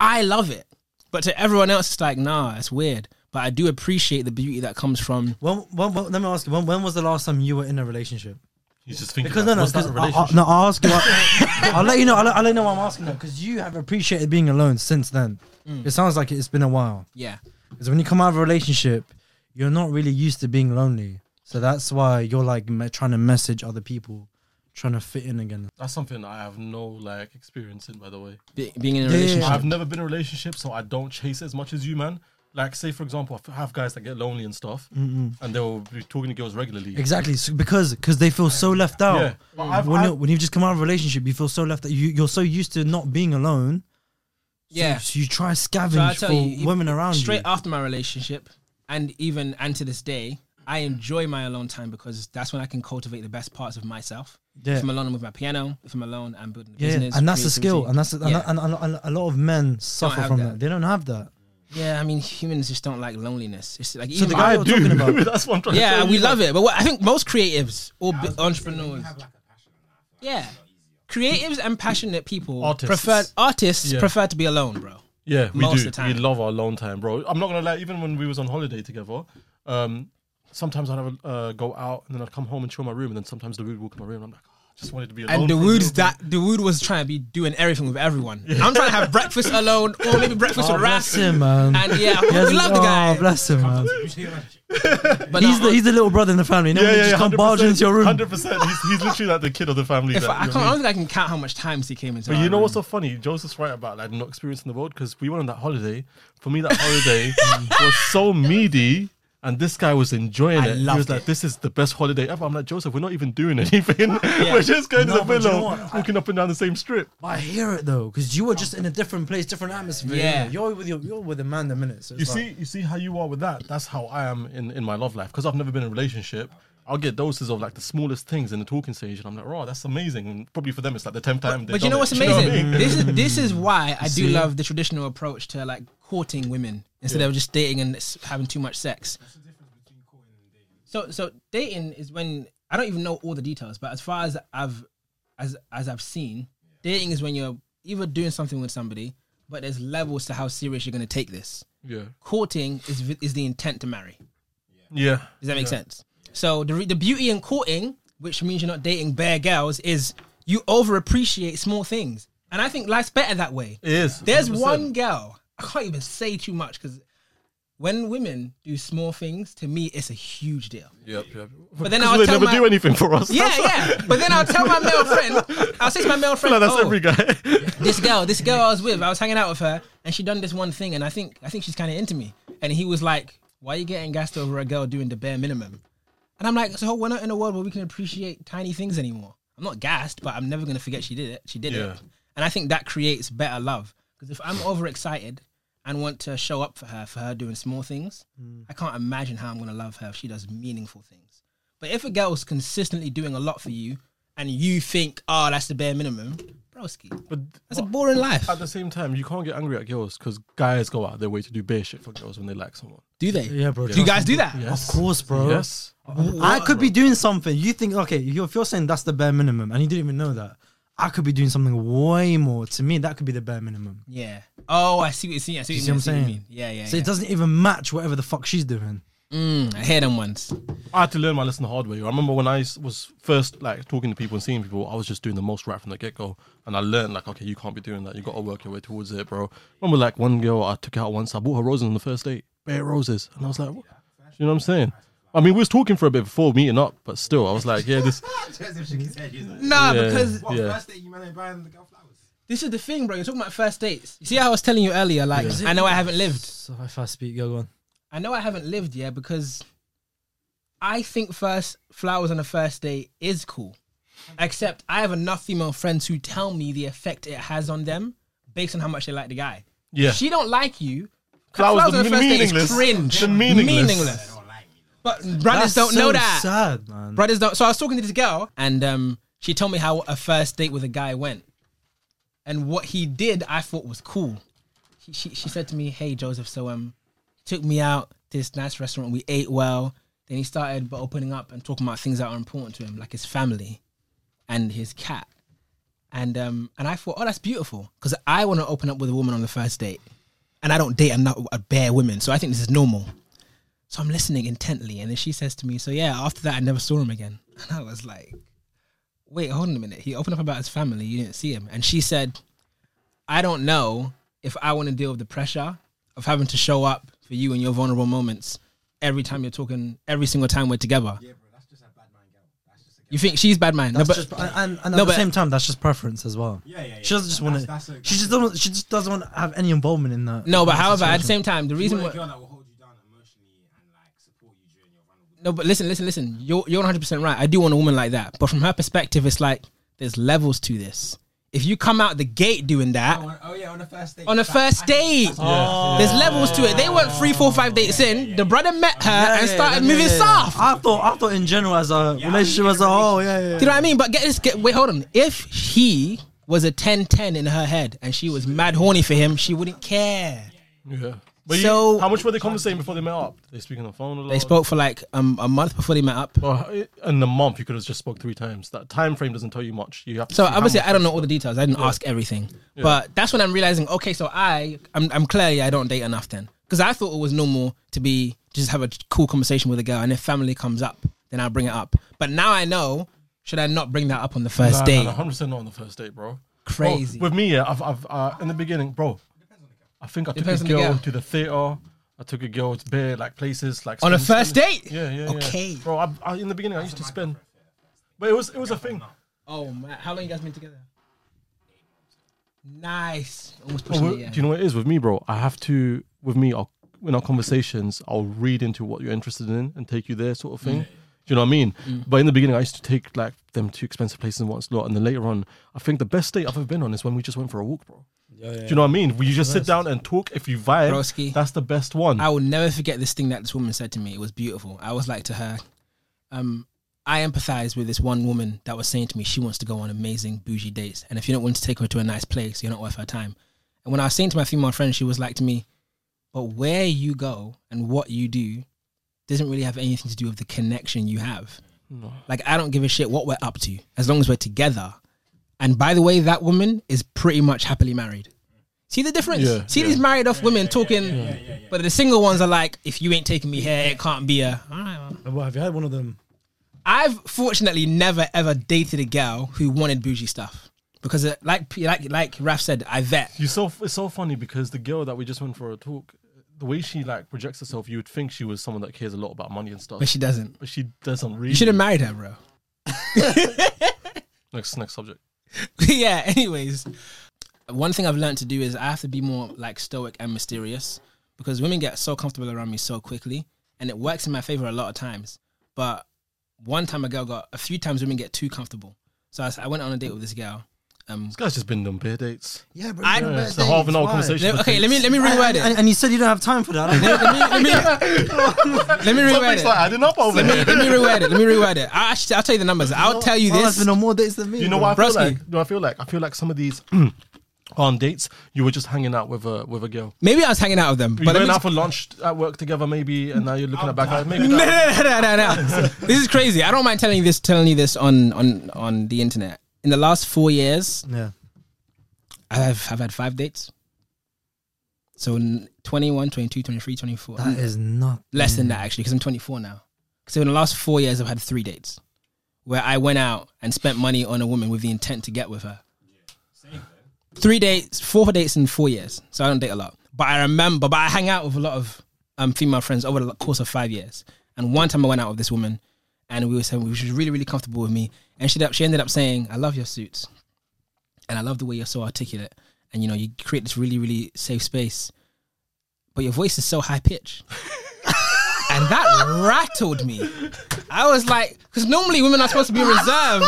I love it, but to everyone else, it's like, nah, it's weird. But I do appreciate the beauty that comes from. When, when, when, let me ask you. When, when was the last time you were in a relationship? He's just thinking. Because no, no, what's that because I, I, relationship? no. I'll ask you. I'll, I'll let you know. I'll, let- I'll let you know why I'm asking that because you have appreciated being alone since then. Mm. It sounds like it's been a while. Yeah, Because when you come out of a relationship, you're not really used to being lonely. So that's why you're like me- trying to message other people, trying to fit in again. That's something I have no like experience in. By the way, be- being in a Yeah, yeah, yeah. relationship. I've never been in a relationship, so I don't chase it as much as you, man. Like, say for example, I have guys that get lonely and stuff, and they'll be talking to girls regularly. Exactly, so because because they feel so left out. Yeah. But I've- When, I've- you when you've just come out of a relationship, you feel so left out. You, you're so used to not being alone. Yeah, So you try So I scavenge tell for you, women e- around Straight you. after my relationship, and even and to this day, I enjoy my alone time because that's when I can cultivate the best parts of myself. Yeah. If I'm alone, I'm with my piano. If I'm alone, I'm building a yeah, business. and that's a skill, creativity. and that's a, and, yeah. and, and, and a lot of men suffer have from that. that. They don't have that. yeah, I mean, humans just don't like loneliness. It's like So even the I- guy- I you're talking do. about. That's what I'm trying to yeah, say. we love it, but what, I think most creatives or bi- You entrepreneurs, have like a passion and that. yeah, Like, creatives and passionate people Artists. prefer artists Yeah. prefer to be alone, bro. Yeah, we Most do. of the time. We love our alone time, bro. I'm not gonna lie. Even when we was on holiday together, um, sometimes I'd have a, uh, go out and then I'd come home and chill in my room, and then sometimes the would walk in my room. And I'm like, oh, I just wanted to be alone. And the for a wood's little that the wood was trying to be doing everything with everyone. I'm trying to have breakfast alone, or maybe breakfast Oh, with Ras. bless him, man. And yeah, Yes, we love the oh, guy. bless him, man. but He's no, the he's the little brother in the family. You know, bit. when they just come barging into your room. Hundred percent. He's he's literally like the kid of the family. if that, I, I you know can't, what I I don't mean? think I can count how much times he came into. But our you know room. what's so funny? Joseph's right about like not experiencing the world because we went on that holiday. For me, that holiday was so meaty. And this guy was enjoying I it. He loved was like, it. "This is the best holiday ever." I'm like, "Joseph, we're not even doing anything. We're just going No, to the but you know villa, what? I- walking up and down the same strip." But I hear it though, because you were just in a different place, different atmosphere. Yeah. you're with your, you're with a man the minute. So You it's like- see, you see how you are with that. That's how I am in, in my love life because I've never been in a relationship. I'll get doses of like the smallest things in the talking stage, and I'm like, "Oh, that's amazing." And probably for them, it's like the tenth time. they've But you know done what's it. Do you know amazing? what I mean? This is this is why I do see? love the traditional approach to like courting women instead of just dating and s- having too much sex. So so dating is when I don't even know all the details, but as far as I've as as I've seen, dating is when you're either doing something with somebody, but there's levels to how serious you're going to take this. Yeah, Courting is vi- is the intent to marry. yeah. Does that make sense? So the re- the beauty in courting, which means you're not dating bare girls, is you overappreciate small things, and I think life's better that way. It is. There's 100%. one girl I can't even say too much because when women do small things, to me it's a huge deal. Yep, yep. But then 'Cause I'll they tell never my- do anything for us. Yeah, That's why- yeah. But then I'll tell my male friend, I'll say to my male friend, Like, that's "Oh, every guy. this girl, this girl I was with, I was hanging out with her, and she done this one thing, and I think I think she's kind of into me. And he was like, "Why are you getting gassed over a girl doing the bare minimum?" And I'm like, "So we're not in a world where we can appreciate tiny things anymore. I'm not gassed, but I'm never gonna forget she did it. She did Yeah. it, and I think that creates better love. Because if I'm overexcited and want to show up for her for her doing small things, I can't imagine how I'm gonna love her if she does meaningful things. But if a girl's consistently doing a lot for you and you think, oh, that's the bare minimum, broski, But that's a boring life. at the same time, you can't get angry at girls because guys go out their way to do bare shit for girls when they like someone. Do they? Yeah, bro. Do you guys do that? Yes. Of course, bro. Yes. I could be doing something. You think, okay, you- if you're saying that's the bare minimum and you didn't even know that, I could be doing something way more. To me, that could be the bare minimum. Yeah. Oh, I see what you're saying. I see You what, you see mean, I what see I'm what you saying? mean. Yeah, yeah. So yeah. it doesn't even match whatever the fuck she's doing. Mm, I hear them once. I had to learn my lesson the hard way. I remember when I s- was first like talking to people and seeing people, I was just doing the most right from the get go, and I learned like, okay, you can't be doing that. You got to work your way towards it, bro. Remember, like one girl I took out once, I bought her roses on the first date, bare roses, and I was like, what? you know what I'm saying? I mean, we was talking for a bit before meeting up, but still, I was like, yeah, this. Joseph shook his head. isn't it? Nah, Yeah. because What, Yeah. first day you man ain't buying the girl flowers? this is the thing, bro. You're talking about first dates. You see how I was telling you earlier, like, I know I haven't lived. So if I speak, go on. I know I haven't lived yet because I think first flowers on a first date is cool. Except I have enough female friends who tell me the effect it has on them based on how much they like the guy. Yeah. She don't like you. Flowers, on the a first date is meaningless. cringe. The meaningless. Meaningless. Don't like me. But brothers That's don't so know that. Sad, man. Brothers don't. So I was talking to this girl, and um, she told me how a first date with a guy went, and what he did, I thought was cool. She she, she said to me, "Hey Joseph, so um, he took me out to this nice restaurant. We ate well. Then he started but opening up and talking about things that are important to him, like his family, and his cat." And um, and I thought, oh, that's beautiful, because I want to open up with a woman on the first date, and I don't date enough a bare women, so I think this is normal. So I'm listening intently, and then she says to me, "So yeah, after that, I never saw him again." And I was like, "Wait, hold on a minute. He opened up about his family. You didn't see him." And she said, "I don't know if I want to deal with the pressure of having to show up for you in your vulnerable moments every time you're talking, every single time we're together." Yeah, bro, that's just a bad man girl. That's just a girl. You think she's bad man? No, That's but just, and, and, and no, at the but- same time, that's just preference as well. Yeah, yeah, yeah. She doesn't just want That's- that's to. a- She just doesn't. She just doesn't want to have any involvement in that. no, but in that however, at the situation. same time, the You reason want a why. girl that will hold you down emotionally and like support you during your vulnerable. No, but listen, listen, listen. You're you're 100 percent right. I do want a woman like that, but from her perspective, it's like there's levels to this. If you come out the gate doing that Oh, oh, yeah, on the first date. on a That- first I think date, that's- Yeah. there's levels to it. They weren't three, four, five dates in. The brother met her Yeah, and yeah, started yeah, moving yeah, yeah. soft. I thought. I thought in general as a Yeah, relationship I mean, as a whole. Yeah, yeah. Do you know what I mean? But get this. Get, wait, hold on. If he was a 10-10 in her head and she was mad horny for him, she wouldn't care. Yeah. But So- you, how much were they conversating before they met up? They speak on the phone a lot. They spoke for like um, a month before they met up. Well, in the month, you could have just spoke three times. That time frame doesn't tell you much. You have to So see how obviously, much- I don't know all the details. I didn't ask everything, but that's when I'm realizing. Okay, so I, I'm, I'm clearly I don't date enough then, because I thought it was normal to be just have a cool conversation with a girl, and if family comes up, then I'll bring it up. But now I know, should I not bring that up on the first Nah, date? nah, nah, 100% not on the first date, bro. Crazy. Bro, with me, yeah, I've, I've uh, in the beginning, bro. I think I took Depends a on the girl, girl. to the theater. I took a girl to beer, like places, like On a spend- first date? Yeah, yeah, yeah. Okay. Bro, I, I, in the beginning, I used to spend, but it was it was a thing. oh man, how long you guys been together? Nice. Almost Bro, pushing we- it. Yeah. Oh, Do you know what it is with me, bro? I have to with me. I'll, in our conversations, I'll read into what you're interested in and take you there, sort of thing. Mm. Do you know what I mean? But in the beginning, I used to take like them to expensive places and what's lot, and then later on, I think the best date I've ever been on is when we just went for a walk, bro. Do you know what I mean? We just sit down and talk. If you vibe, Broski. that's the best one. I will never forget this thing that this woman said to me. It was beautiful. I was like to her, um, I empathize with this one woman that was saying to me she wants to go on amazing bougie dates, and if you don't want to take her to a nice place, you're not worth her time. And when I was saying to my female friend, she was like to me, "But where you go and what you do doesn't really have anything to do with the connection you have. Like I don't give a shit what we're up to as long as we're together." And by the way, that woman is pretty much happily married. See the difference? Yeah, See yeah. these married off women talking, but the single ones are like, if you ain't taking me here, it can't be a. All right, well. Well, have you had one of them? I've fortunately never ever dated a girl who wanted bougie stuff because, uh, like, like, like Raf said, I vet. You so it's so funny because the girl that we just went for a talk, the way she like projects herself, you would think she was someone that cares a lot about money and stuff, But she doesn't. but she doesn't really. You should have married her, bro. next next subject. yeah, anyways. One thing I've learned to do is I have to be more like stoic and mysterious because women get so comfortable around me so quickly and it works in my favor a lot of times. But one time a girl got, a few times women get too comfortable. So I, s- I went on a date with this girl Um, This guy's just been on beer dates. Yeah, but I- you know, Yeah, better it's a dates, half an hour why? conversation. le- for okay, dates. let me let me reword And, it. and you said you don't have time for that. Let me let me let me reword Something's it. like adding up over Let me there. let me reword it. Let me reword it. I actually I'll tell you the numbers. I'll tell you Paul has this. been on more dates than me. You know bro. what I feel Broski. like? You know what I feel like? I feel like some of these on dates, you were just hanging out with a with a girl. Maybe I was hanging out with them, You but let went me Oh, out for lunch at work together, maybe, and now you're looking at back at maybe. no, that- no, no, no, no, no. this is crazy. I don't mind telling you this, telling you this on on on the internet. In the last four years, Yeah. I've I've had five dates. So n- 21, 22, 23, 24. That is not. Less than that actually, because I'm 24 now. So in the last four years, I've had three dates where I went out and spent money on a woman with the intent to get with her. Three dates, four dates in four years. So I don't date a lot, but I remember, but I hang out with a lot of um, female friends over the course of five years. And one time I went out with this woman, and we were saying she was really, really comfortable with me, and she she ended up saying, "I love your suits." and I love the way you're so articulate. And you know, you create this really, really safe space, but your voice is so high pitched. and that rattled me. I was like, because normally women are supposed to be reserved.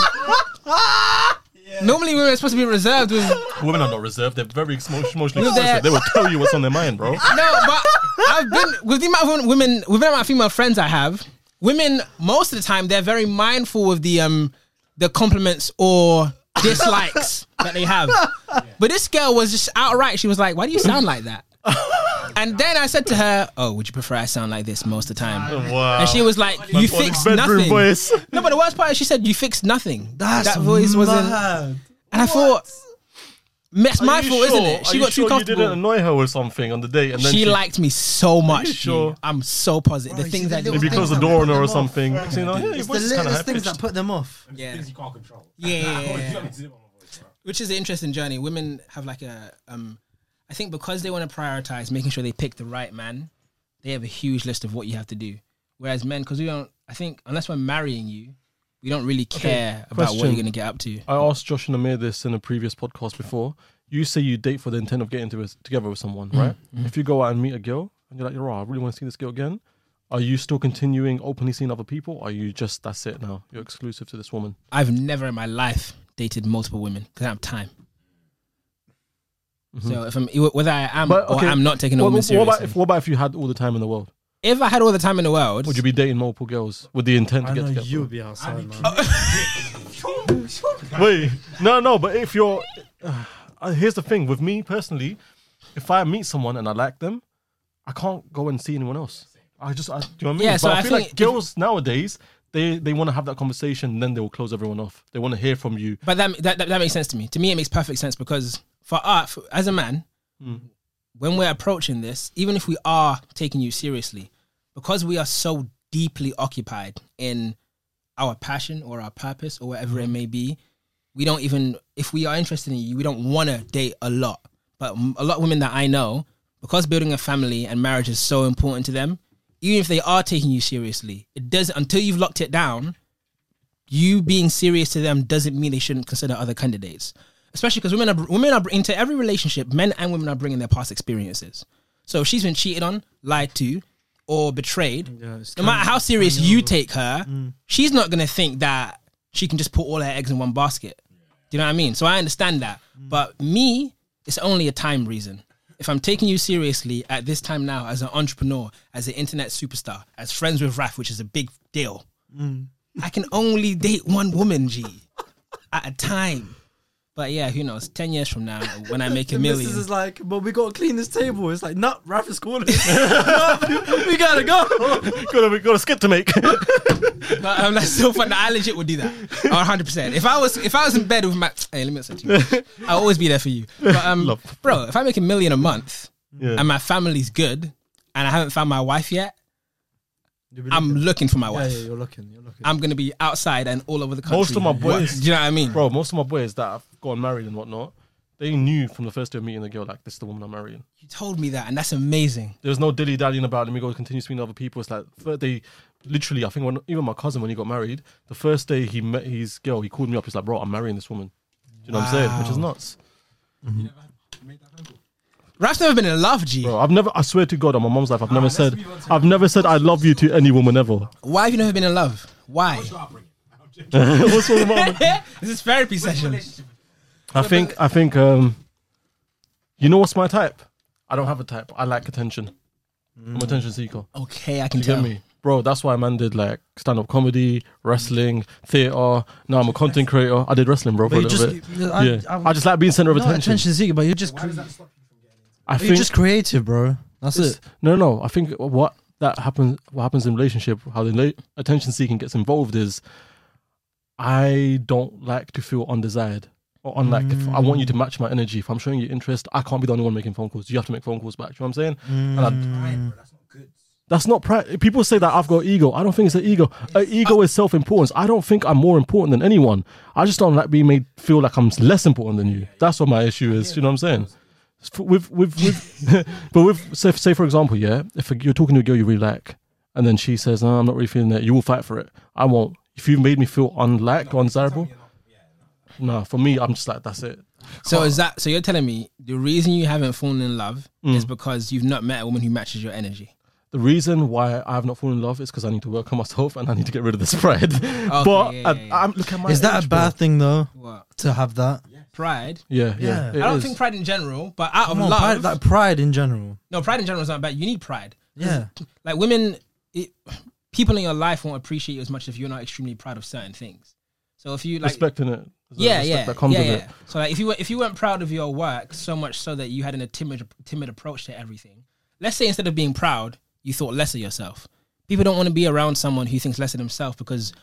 Normally women are supposed to be reserved with Women are not reserved. They're very emo- emotionally With their- expressive. They will tell you what's on their mind, bro. no, but I've been with the amount of women, with the amount of female friends I have. Women, most of the time, they're very mindful of the um the compliments or dislikes that they have. But this girl was just outright. She was like, "Why do you sound like that?" And then I said to her, "Oh, would you prefer I sound like this most of the time?" Wow. And she was like, "You fix bedroom nothing." voice. No, but the worst part is she said, "You fixed nothing." That's that voice wasn't. mad. And I thought, "That's Are my you fault, isn't sure? it?" She Are got you sure too comfortable You didn't annoy her with something on the date, and then she, liked me so much. G. sure? I'm so positive. Bro, the you see things the I do. little Maybe things close the that door put on her or them off. something. You know, yeah, your It's the voice is kinda littlest things that high-pitched. put them off. Yeah. Things you can't control. Yeah, yeah, yeah, You yeah. understand what I'm voice, bro? Which is an interesting journey. Women have like a, um, I think because they want to prioritize making sure they pick the right man, they have a huge list of what you have to do. Whereas men, because we don't, I think unless we're marrying you, we don't really care about what question. you're going to get up to. I asked Josh and Amir this in a previous podcast before. You say you date for the intent of getting to together with someone, right? If you go out and meet a girl and you're like, "Yo, I really want to see this girl again," are you still continuing openly seeing other people? Or are you just that's it now? You're exclusive to this woman. I've never in my life dated multiple women because I don't have time. Mm-hmm. So if I'm whether I am or I'm not taking a what, woman what, what seriously. about if, what about if you had all the time in the world? if, I had all the time in the world, Would you be dating multiple girls with the intent I to get know together? you would be outside, man. Wait, no, no. But if you're, uh, here's the thing with me personally, if I meet someone and I like them, I can't go and see anyone else. I just, I, do you know what I mean? Yeah, but so I I feel think like if- girls nowadays, they they want to have that conversation, then they will close everyone off. They want to hear from you. But that, that that that makes sense to me. To me, it makes perfect sense because for us, for- as a man, Hmm. when we're approaching this, even if we are taking you seriously, because we are so deeply occupied in our passion or our purpose or whatever Hmm. it may be, we don't even if we are interested in you, we don't want to date a lot. But m- a lot of women that I know, because building a family and marriage is so important to them, even if they are taking you seriously, it does until you've locked it down you being serious to them doesn't mean they shouldn't consider other candidates. Especially because women are women are into every relationship. Men and women are bringing their past experiences. So if she's been cheated on, lied to, or betrayed, it's no matter how serious you take her, she's not gonna think that she can just put all her eggs in one basket. Do you know what I mean? So I understand that. Mm. But me, it's only a time reason. If I'm taking you seriously at this time now as an entrepreneur, as an internet superstar, as friends with Raf, which is a big deal, Mm. I can only date one woman, G, at a time. But yeah, who knows? Ten years from now, when I make a The million, missus is like, but we gotta clean this table. It's like, nah, Raph is calling. we gotta go. gotta, we got a skip to make. But, um, that's so fun. I legit would do that. One hundred percent. If I was if I was in bed with my hey, let me not say too much. I'll always be there for you. But um, Love. bro, if I make a million a month Yeah. and my family's good and I haven't found my wife yet, I'm looking for my Yeah, wife. yeah, you're looking. You're looking. I'm gonna be outside and all over the country. Most of my What- boys- do you know what I mean? Bro, most of my boys that have gotten married and whatnot, they knew from the first day of meeting the girl like this is the woman I'm marrying. You told me that, and that's amazing. There's no dilly dallying about. Let me go continue speaking to other people. It's like fir- they literally. I think when even my cousin when he got married, the first day he met his girl, he called me up. He's like, "Bro, I'm marrying this woman." Do you know what I'm saying? Which is nuts, Raf's never been in love, G. bro. I've never. I swear to God, on my mom's life, I've never let's said. move on to- I've never said I love you to any woman ever. Why have you never been in love? Why? What's your upbringing? I'm joking. What's wrong with my- this is therapy What's your session. relationship? I think I think um, you know what's my type? I don't have a type. I like attention. I'm attention seeker. Okay, I You can get tell. me, bro? That's why a man did like stand up comedy, wrestling, theater. Now I'm a content creator. I did wrestling, bro, for But a you little just, bit. you- I, yeah, I, I, just like being center of not attention. attention seeker, but you're just, cre- I you're think just creative, bro. That's It's- it. No, no. I think what that happens, what happens in relationship, how the la- attention seeking gets involved is, I don't like to feel undesired or unlike. If I want you to match my energy. If I'm showing you interest, I can't be the only one making phone calls. You have to make phone calls back. You know what I'm saying? And I, Fine, Mm. bro, that's not good. that's not pride. People say that I've got ego. I don't think it's an ego. A ego is self importance. I don't think I'm more important than anyone. I just don't like being made feel like I'm less important than you. That's what my issue is. You know what I'm saying? F- With with with, but with say, say for example, yeah, if you're talking to a girl you really like, and then she says, "No, I'm not really feeling that," you will fight for it. I won't. If you made me feel unliked or undesirable, no, for me, I'm just like that's it. So is that? So you're telling me the reason you haven't fallen in love Mm. is because you've not met a woman who matches your energy? the reason why I have not fallen in love is because I need to work on myself and I need to get rid of this pride. but yeah, yeah, I, yeah. I'm, look at my Is that age, a bro. bad thing though What to have that? pride? Yeah, yeah. Yeah. it I don't is. think pride in general, but out of Come on, love, pride, like pride in general. no, pride in general is not bad. You need pride. Yeah, Like women, it, people in your life won't appreciate you as much if you're not extremely proud of certain things. So if you like, respecting it. There's a yeah, respect yeah, That comes yeah, with yeah. it. So like, if you were, if you weren't proud of your work so much so that you had a timid timid approach to everything, let's say instead of being proud, you thought less of yourself. People don't want to be around someone who thinks less of themselves because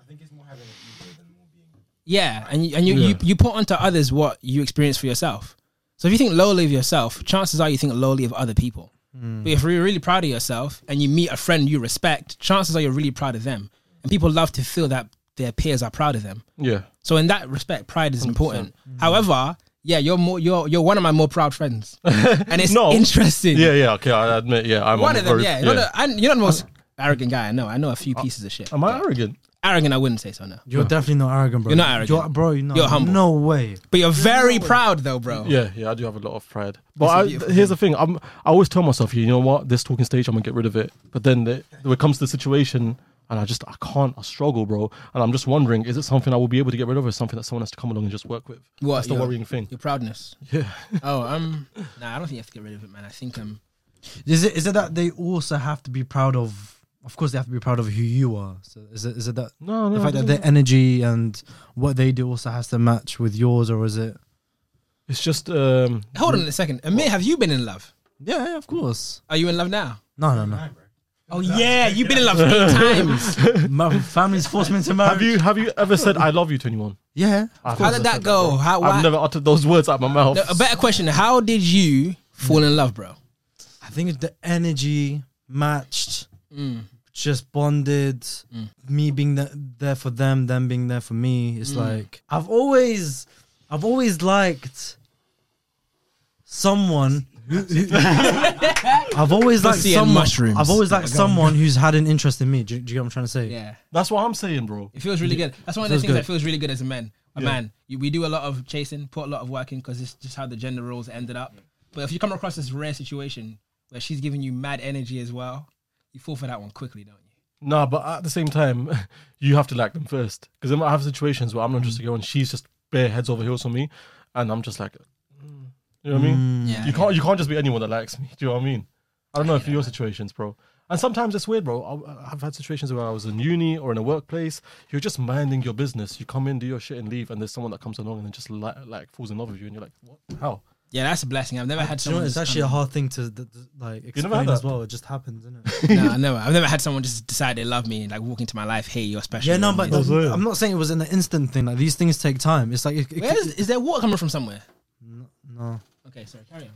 I think it's more having an ego than more being. yeah, and you, and you, you Yeah. you put onto others what you experience for yourself. So if you think lowly of yourself, chances are you think lowly of other people. Hmm. But if you're really proud of yourself and you meet a friend you respect, chances are you're really proud of them. And people love to feel that their peers are proud of them. Yeah, So in that respect, pride is important. However, yeah, you're more you're you're one of my more proud friends, and it's No. interesting. yeah, yeah. Okay, I admit. Yeah, I'm one I'm of them. very- yeah, You're, not, the- I'm- you're not the most arrogant guy I know. I know a few pieces of shit. Am I arrogant? arrogant? I wouldn't say so no, you're definitely not arrogant, bro. You're not arrogant. You're- bro. You're not. You're humble. No way. but you're very proud though, bro. Yeah, yeah. I do have a lot of pride. But It's a I, beautiful here's the thing. I'm. I always tell myself, you know what? This talking stage, I'm gonna get rid of it. But then the, when it comes to the situation. And I just I can't I struggle, bro. And I'm just wondering, is it something I will be able to get rid of, or something that someone has to come along and just work with? What, That's the your- worrying thing. Your proudness. Yeah. Oh, um, nah, I don't think you have to get rid of it, man. I think um, Is it is it that they also have to be proud of? Of course, they have to be proud of who you are. So is it is it that No, no. the it fact that doesn't- their energy and what they do also has to match with yours, or is it? it's just um, hold on a second. Amir, have you been in love? Yeah, yeah, of course. Are you in love now? No, no, no. Oh yeah, you've been in love eight times. My family's forced me to marry. Have you have you ever said I love you to anyone? Yeah. I've How never did said that go? bro. How? Why? I've never uttered those words out of my mouth. No, a better question: How did you fall in love, bro? I think it's the energy matched, Mm. just bonded. Me being the- there for them, them being there for me. Mm. It's like I've always, I've always liked someone. who- who- I've always liked Pussy and someone. mushrooms. I've always liked someone who's had an interest in me. Do, you- do you get what I'm trying to say? Yeah. That's what I'm saying, bro. It feels really good. That's one of the Feels things good. that feels really good as a man. A man, you, we do a lot of chasing, put a lot of work in because it's just how the gender roles ended up. But if you come across this rare situation where she's giving you mad energy as well, you fall for that one quickly, don't you? Nah, but at the same time, you have to like them first. Because I might have situations where I'm not Mm. just a girl and she's just bare heads over heels for me, and I'm just like, mm. you know what I mean? Yeah. You can't you can't just be anyone that likes me. Do you know what I mean? I don't know if your situations, bro. And sometimes it's weird, bro. I- I've had situations where I was in uni or in a workplace. You're just minding your business. You come in, do your shit, and leave. And there's someone that comes along and then just like, like falls in love with you, and you're like, what? How? Yeah, that's a blessing. I've never had Do you know someone. what, it's just actually a come- hard thing to th- th- never like had explain as that? well. It just happens, isn't it? Nah, I never. I've never had someone just decide they love me and like walk into my life. Hey, you're special. Yeah, no, You're but amazing. th- I'm not saying it was an instant thing. Like these things take time. It's like it, it, where is, is there water coming from somewhere? no, Okay, sorry, carry on.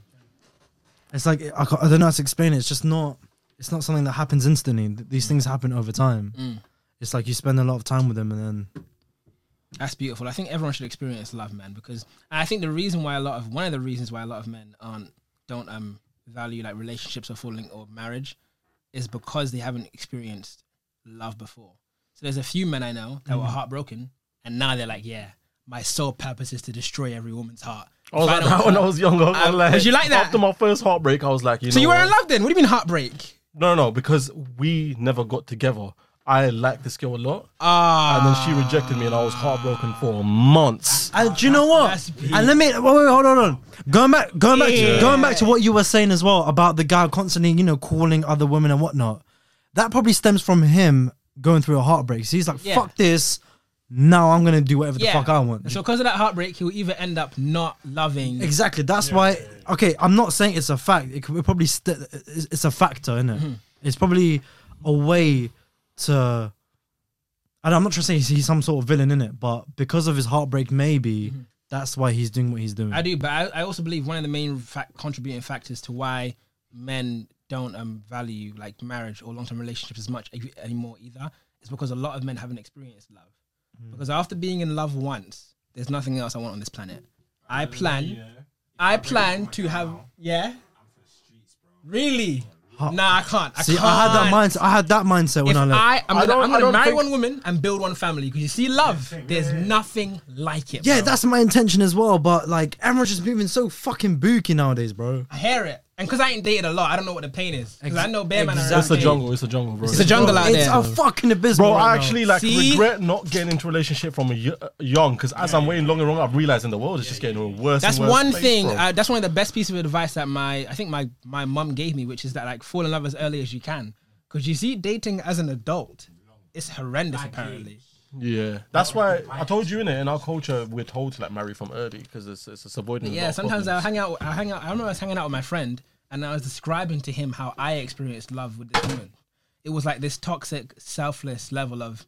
it's like I, can't, I don't know how to explain it. It's just not. It's not something that happens instantly. Th- These things happen over time. Mm. It's like you spend a lot of time with them, and then That's beautiful. I think everyone should experience love, man, because I think the reason why a lot of one of the reasons why a lot of men aren't don't um value like relationships or falling or marriage is because they haven't experienced love before. So there's a few men I know Mm. that were heartbroken and now they're like, yeah, my sole purpose is to destroy every woman's heart. I was If I like don't- Oh, that when I was younger. I- I'm like, was you like that? After my first heartbreak, I was like, you know. so you were what? in love then? What do you mean heartbreak? No, no, because we never got together. I like this girl a lot. Ah, and then she rejected me, and I was heartbroken for months. And do you know what? That's beautiful. And let me wait, wait, hold on, hold on. Going back, going back, Yeah. to, going back to what you were saying as well about the guy constantly, you know, calling other women and whatnot. That probably stems from him going through a heartbreak. So he's like, Yeah. "Fuck this! Now I'm gonna do whatever the fuck I want." So because of that heartbreak, he'll either end up not loving. Exactly. That's why. Okay, I'm not saying it's a fact. It could it probably st- it's it's a factor, isn't it? Hmm. It's probably a way to. And I'm not trying to say he's, he's some sort of villain in it, but because of his heartbreak, maybe that's why he's doing what he's doing. Hmm. I do, but I, I also believe one of the main fac contributing factors to why men don't um, value like marriage or long term relationships as much a- anymore either is because a lot of men haven't experienced love. Mm. Because after being in love once, there's nothing else I want on this planet. Uh, I plan, I plan to have, yeah. Really? Nah, I can't. I See, can't. I had that mindset. I had that mindset If when I left. I, I'm gonna, I don't- I'm I gonna don't marry think- one woman and build one family because you see, love, there's nothing like it. yeah, bro. that's my intention as well. But like, everyone's just moving so fucking booky nowadays, bro. I hear it. And because I ain't dated a lot, I don't know what the pain is. Because I know bear man Ex- are It's the around jungle. It's the jungle, bro. It's the jungle out it's there. a fucking abysmal. Bro, I right now. actually like See? regret not getting into a relationship from a y- uh, young because as I'm waiting longer and longer, I'm realizing the world is just getting worse. That's and worse one place, thing. bro. Uh, that's one of the best pieces of advice that my I think my my mum gave me, which is that like fall in love as early as you can, because you see dating as an adult, it's horrendous apparently. yeah, that's why I told you in it. In our culture, we're told to like marry from early because it's it's, it's avoiding. a lot Yeah, of sometimes I'll problems. hang out. I hang out. I remember I was hanging out with my friend, and I was describing to him how I experienced love with this woman. It was like this toxic, selfless level of,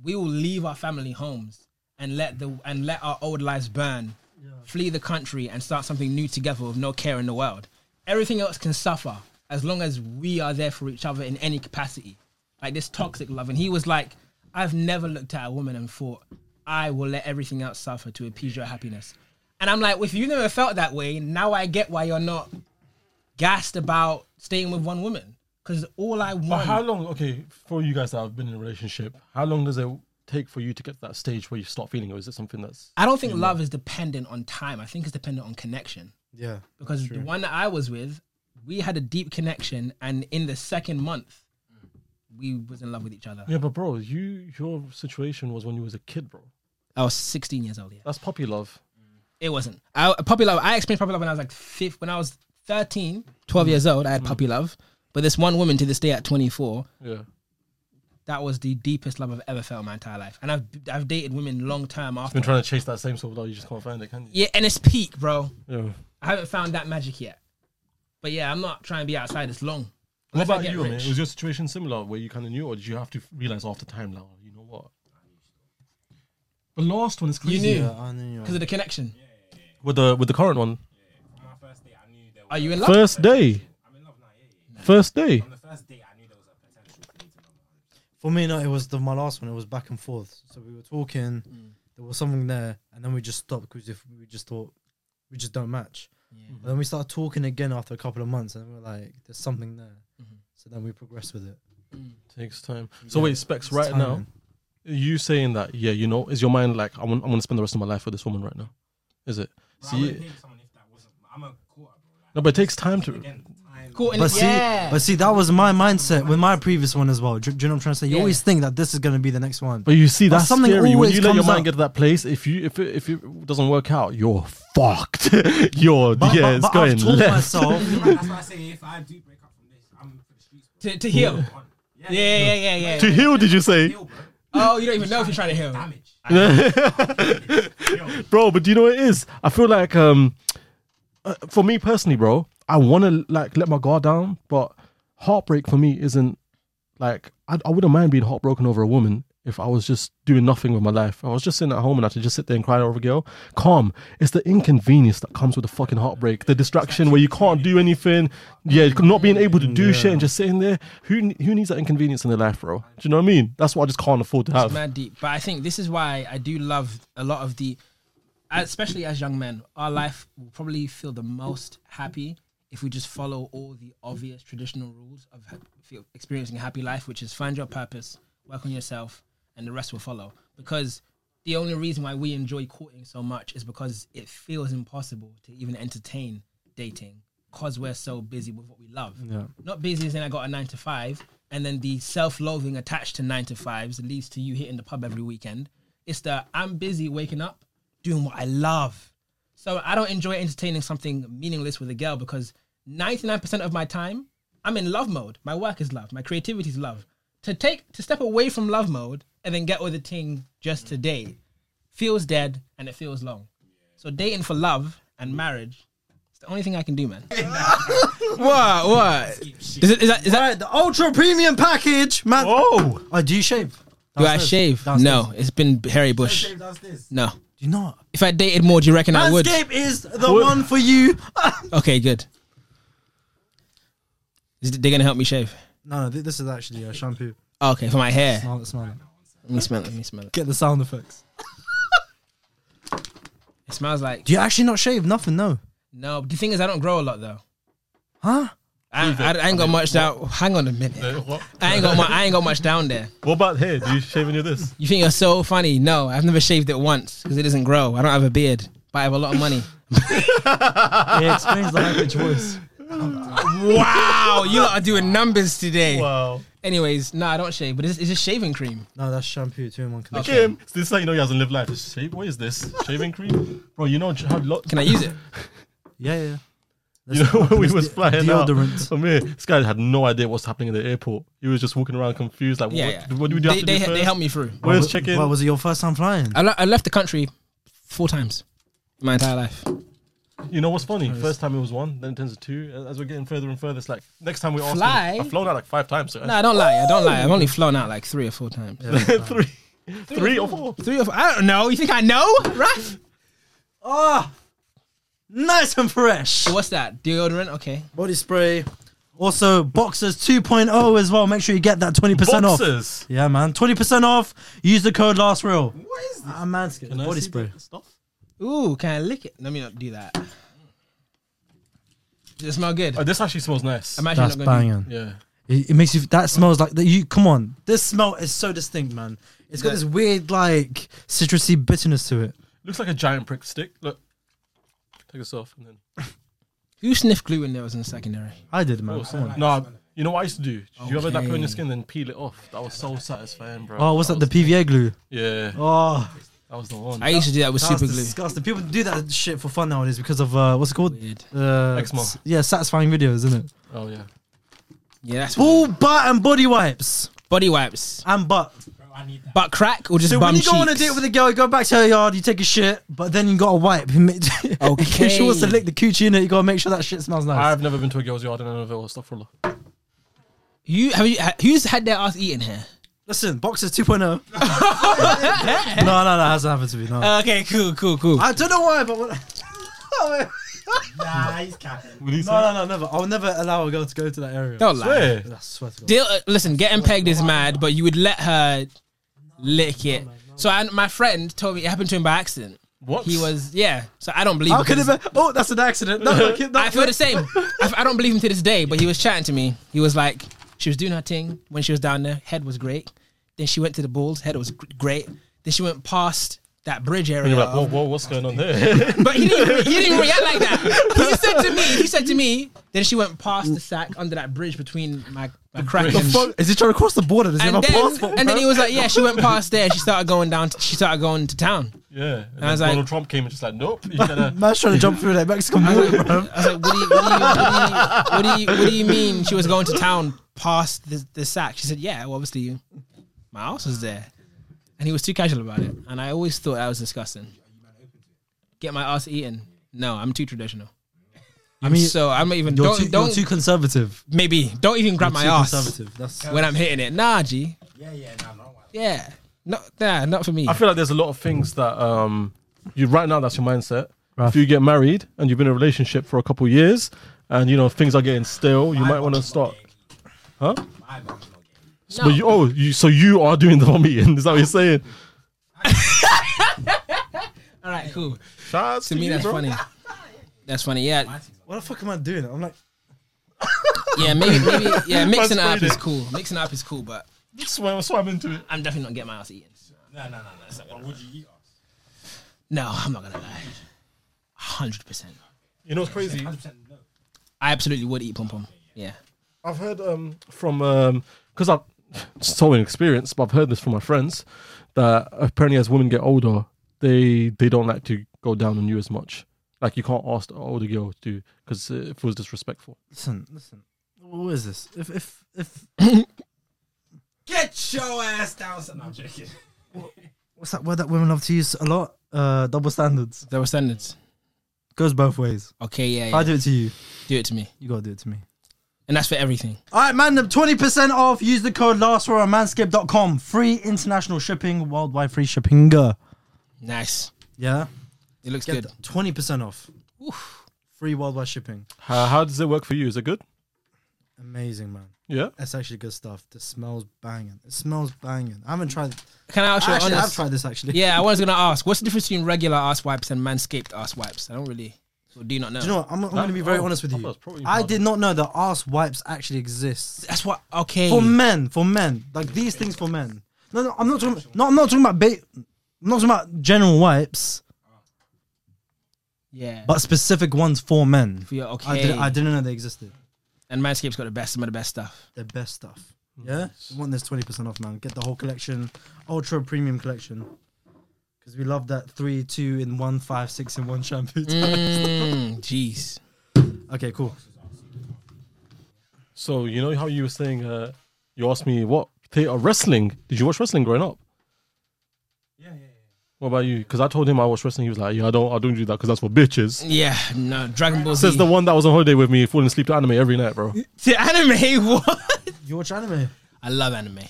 we will leave our family homes and let the and let our old lives burn, flee the country and start something new together with no care in the world. Everything else can suffer as long as we are there for each other in any capacity. Like this toxic love, and he was like, I've never looked at a woman and thought. I will let everything else suffer to appease your happiness. And I'm like, well, if you never felt that way, now I get why you're not gassed about staying with one woman. Because all I But want, how long? Okay, for you guys that have been in a relationship, how long does it take for you to get to that stage where you start feeling, or is it something that's I don't think love is dependent on time. I think it's dependent on connection. Yeah. Because the one that I was with, we had a deep connection, and in the second month, we was in love with each other. yeah? But bro, you your situation was when you was a kid, bro. I was 16 years old. Yeah, That's puppy love. it wasn't. I puppy love. I experienced puppy love when I was like fifth. When I was 13, 12 years old, I had puppy Mm. love. But this one woman to this day at 24, Yeah, that was the deepest love I've ever felt in my entire life. And I've I've dated women long time after. been trying to chase that same sort of love, you just can't find it, can you? Yeah, and it's peak, bro. Yeah. I haven't found that magic yet. But yeah, I'm not trying to be outside as long. What Unless I about get you, man? rich. Was your situation similar where you kind of knew, or did you have to realize after time, like, oh, you know what? The last one is You crazy. knew Yeah, I knew you. because of the connection. With the with the current one, From my first date, I knew there was. Are you in love? first day, I'm in love now, yeah, yeah. first day. From the first date, I knew there was a potential for me to love her. For me, no, it was the my last one. It was back and forth. So we were talking. Mm. There was something there, and then we just stopped because if we just thought we just don't match. And then we started talking again after a couple of months, and we were like, "There's something there." Mm-hmm. So then we progressed with it. Takes time. So wait, specs. It's Right now, timing. you saying that? Yeah, you know, is your mind like, I'm, I'm gonna spend the rest of my life with this woman right now? Is it? Bro, I See, wouldn't date someone if that wasn't. I'm a quarter, bro. Like, no, but it takes time to. again, time. Cool. And But yeah. see, but see, that was my mindset with my previous one as well. Do, do you know what I'm trying to say? You Yeah. always think that this is going to be the next one. But you see, But that's something scary. When always you let your comes mind up. get to that place, if you if it, if it doesn't work out, you're fucked. you're yeah, it's going I've taught left. myself. That's why I say if I do break up from this, I'm for the streets, bro. to, to heal. Gone. Yeah, Yeah, yeah, yeah, yeah. To heal, did you say? Heal, bro. Oh, you don't even know if you're trying to heal. Damage. bro. But do you know what it is? I feel like um, uh, for me personally, bro, I want to like let my guard down, but heartbreak for me isn't like I, I wouldn't mind being heartbroken over a woman if I was just doing nothing with my life. I was just sitting at home and I could just sit there and cry over a girl. Calm. It's the inconvenience that comes with the fucking heartbreak, the distraction where you can't do anything. Yeah, not being able to do shit and just sitting there. Who ne- who needs that inconvenience in their life, bro? Do you know what I mean? That's what I just can't afford to It's have. mad deep. But I think this is why I do love a lot of the, especially as young men, our life will probably feel the most happy if we just follow all the obvious traditional rules of ha- feel- experiencing a happy life, which is find your purpose, work on yourself, and the rest will follow. Because the only reason why we enjoy courting so much is because it feels impossible to even entertain dating because we're so busy with what we love. Not busy as in I got a nine to five, and then the self-loathing attached to nine to fives leads to you hitting the pub every weekend. It's the I'm busy waking up, doing what I love. So I don't enjoy entertaining something meaningless with a girl because 99% of my time I'm in love mode. My work is love. My creativity is love. To take to step away from love mode and then get with a thing just today feels dead and it feels long. So dating for love and marriage it's the only thing I can do, man. what? What? Is, it, is that is that? Right, the ultra premium package, man. Oh, Oh, do you shave? Do I Downstairs. shave? Downstairs. No, it's been Harry Bush. No. Do you not? If I dated more, do you reckon I would? Manscaped is the one for you. Okay, good. Is they're gonna help me shave. Oh, no, no, th- this is actually a shampoo. Okay, for my hair. Smell it, smell it. Let me smell it. Let me smell it. Get the sound effects. It smells like. Do you actually not shave? Nothing, no. No, the thing is, I don't grow a lot though. Huh? I, I, I ain't got much down. Hang on a minute. what? I ain't got my, I ain't got much down there. what about hair? Do you shave any of this? You think you're so funny? No, I've never shaved it once because it doesn't grow. I don't have a beard, but I have a lot of money. Yeah, explains the language voice. wow, Oh, you lot are doing numbers today. Wow. Anyways, no, I don't shave, but it's, it's just shaving cream. No, that's shampoo, two in one collection. Kim, this is how you know he hasn't lived life. Shave? What is this? Shaving cream? Bro, you know how lot. Can I use it? Yeah, yeah. You know when we was flying out deodorant. from here, this guy had no idea what's happening in the airport. He was just walking around confused, like, Yeah, what, yeah. what do we do they, have to they, do first? they helped me through. Where's check-in? Well, was it your first time flying? Uh, I, le- I left the country four times in my entire life. You know what's funny? First time it was one, then it turns to two. As we're getting further and further, it's like next time we ask. Fly? I've flown out like five times. So No, I don't lie. I don't lie. I've only flown out like three or four times. three, three or four. Three or four. I don't know. You think I know, Raf? Ah, nice and fresh. What's that? Deodorant? Okay. Body spray. Also, Boxers 2.0 as well. Make sure you get that 20% off. Boxes. Yeah, man. 20% off. Use the code last real. What is this? Ah, Manscaped. Body spray. Stuff. Ooh, can I lick it? Let me not do that. Does it smell good? Oh, this actually smells nice. I'm actually That's not gonna do- banging. yeah. It, it makes you. That smells like that. You come on. This smell is so distinct, man. It's got Yeah. this weird, like citrusy bitterness to it. Looks like a giant prick stick. Look. Take this off and then. Who sniffed glue when they was in secondary? I did, man. Oh, come on. nah, you know what I used to do? Do you ever that put on Okay. your skin then peel it off? That was so satisfying, bro. Oh, what's that? The PVA glue. Yeah, Oh, that was the one. I used to do that with that's super glue. disgusting. People do that shit for fun nowadays because of uh, what's it called? Weird. Uh, Eczema. s- Yeah, satisfying videos, isn't it? Oh yeah. Yeah, that's Full butt and body wipes body wipes. and butt. Bro, I need that. Butt crack or just So bum when you go on a cheeks? date with a girl, you go back to her yard, you take a shit, but then you got to wipe. Okay. if she wants to lick the coochie in it, you got to make sure that shit smells nice. I've never been to a girl's yard and I never was stuff roller. you have you ha- who's had their ass eaten here? Listen, boxers 2.0. no, oh. no, no, hasn't happened to me. No. Okay, cool, cool, cool. I don't know why, but when, Nah, he's capping. Would you no, no, no, never. I'll never allow a girl to go to that area. Don't lie. Swear. I swear to God. Deal, uh, listen, getting pegged is mad, but you would let her lick it. So I, my friend told me it happened to him by accident. What? He was yeah. So I don't believe. How it could it because- be? Oh, that's an accident. No, no, kid, no. I feel the same. I, f- I don't believe him to this day, but he was chatting to me. He was like, she was doing her thing when she was down there. Head was great. Then she went to the balls. Head was gr- great. Then she went past that bridge And area. you're like, whoa, whoa, what's going on there? But he didn't, re- he didn't react like that. He said to me, he said to me. Then she went past the sack under that bridge between my, my crack The and fuck? Is he trying to cross the border? Does he and have a then, passport? and then bro? he was like, "Yeah." She went past there. She started going down. To, she started going to town. yeah. And I then was like- Donald Trump came and just like, nope. You gotta. Man's trying to jump through that Mexican I was border, like, bro. I was like, what do, you, what, do you, what, do you, what do you what do you mean she was going to town past the, the sack? She said, yeah, well, obviously my house was there. And he was too casual about it. And I always thought that was disgusting. Get my ass eaten. No, I'm too traditional. I I'm so I'm not even you're, don't too, don't you're too conservative. maybe don't even grab my too ass conservative. That's when I'm hitting it. Nah, G. Yeah, yeah, nah, no. I- Yeah. Not nah, not for me. I feel like there's a lot of things that um, you right now that's your mindset. If you get married and you've been in a relationship for a couple of years, and you know things are getting stale, you might want to start. Huh? My bum's not getting. No. But you, oh, you so you are doing the vomiting. Is that what you're saying? All right, cool. Shouts To me you, that's bro. funny. That's funny. Yeah. what the fuck am I doing? I'm like, Yeah, maybe maybe yeah, mixing it up sprayed is it. cool. Mixing it up is cool, but Swam, swam into it. I'm definitely not getting my ass eaten. No, no, no, no. But would you eat us? No, I'm not gonna lie. Hundred percent. You know what's crazy? 100% no. I absolutely would eat pom pom. Yeah. I've heard um, from um because I've it's so inexperienced, but I've heard this from my friends that apparently as women get older, they they don't like to go down on you as much. Like you can't ask the older girl to because it feels disrespectful. Listen, listen. What is this? If if if Get your ass down, son. I'm joking. what's that word that women love to use a lot? Uh, double standards There were standards. goes both ways. Okay, yeah, If I yeah. do it to you, Do it to me, you gotta do it to me. and that's for everything. All right, man, 20% off. Use the code LASTRAW on manscaped.com. Free international shipping, worldwide free shipping. Nice. Yeah. It looks Get good. 20% off. Free worldwide shipping. How, how does it work for you? Is it good? Amazing, man. Yeah. That's actually good stuff. This smells banging. It smells banging. I haven't tried. Can I ask you an I actually, I've honest? tried this actually. Yeah, I was gonna ask. What's the difference between regular ass wipes and manscaped ass wipes? I don't really. Or do you not know? Do you know what? I'm, I'm going to be very oh, honest with I thought you. it's protein I powder. did not know that ass wipes actually exist that's what. Okay. for men. For men, like these things for men. No, no, I'm not talking. No, I'm not talking about. Ba- I'm not talking about general wipes, yeah. but specific ones for men. for your okay. I, did, I didn't know they existed. and Manscaped's got the best, some of the best stuff. They're best stuff. Yeah, we want this twenty percent off, man. Get the whole collection, ultra premium collection, because we love that three, two in one, five, six in one shampoo. Mm, Jeez. Okay, cool. So you know how you were saying uh, you asked me what theater wrestling? Did you watch wrestling growing up? Yeah, yeah, yeah. What about you? Because I told him I watched wrestling. He was like, "Yeah, I don't, I don't do that because that's for bitches." yeah. No. Dragon Ball Z. Says the one that was on holiday with me, falling asleep to anime every night, bro. To anime. What? You watch anime? I love anime.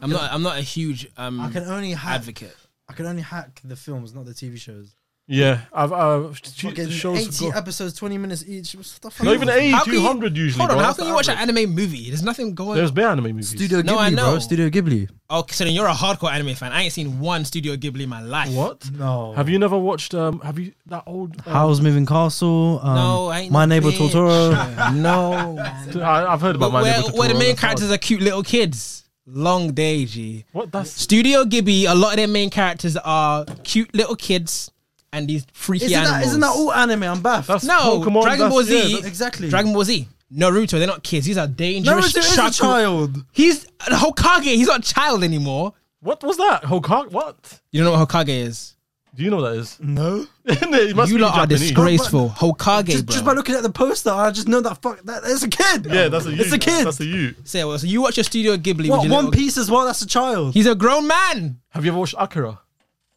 I'm not. I'm not a huge um I can only hack. advocate. I can only hack the films, not the TV shows. Yeah, I've, I've she, Fucking the shows. 80 Go, episodes, 20 minutes each. What the fuck? not even eighty, How can you- two hundred usually. Hold on. bro. How That's can the you watch an average. anime movie? There's nothing going. There's bare anime movies. Studio Ghibli, No, I know. bro. Studio Ghibli. Okay, so then you're a hardcore anime fan. I ain't seen one Studio Ghibli in my life. What? No. Have you never watched? Um, have you that old? um, Howl's Moving Castle. Um, No, I ain't My no Neighbor bitch. Totoro. No. man. I, I've heard about But my where, neighbor. where the Totoro, main that's characters hard. are cute little kids. Long day, G. What? That's Studio Ghibli. A lot of their main characters are cute little kids and these freaky isn't, that, animals. isn't that all anime? I'm baffed. that's No, Pokemon, Dragon that's- Ball Z. yeah, that's- exactly. Dragon Ball Z. Naruto. They're not kids. These are dangerous. Naruto is a Shaku- child. He's the Hokage. He's not a child anymore. What was that? Hokage? What? You don't know what Hokage is. Do you know what that is? No. It must you be lot are Japanese. disgraceful. Hokage, Just, bro. just by looking at the poster, I just know that fuck. That, that's a kid. Yeah, that's a you. It's a kid. That's a you. Say, well, so you watch your Studio Ghibli. what, with your One little- Piece as well? That's a child. He's a grown man. Have you ever watched Akira?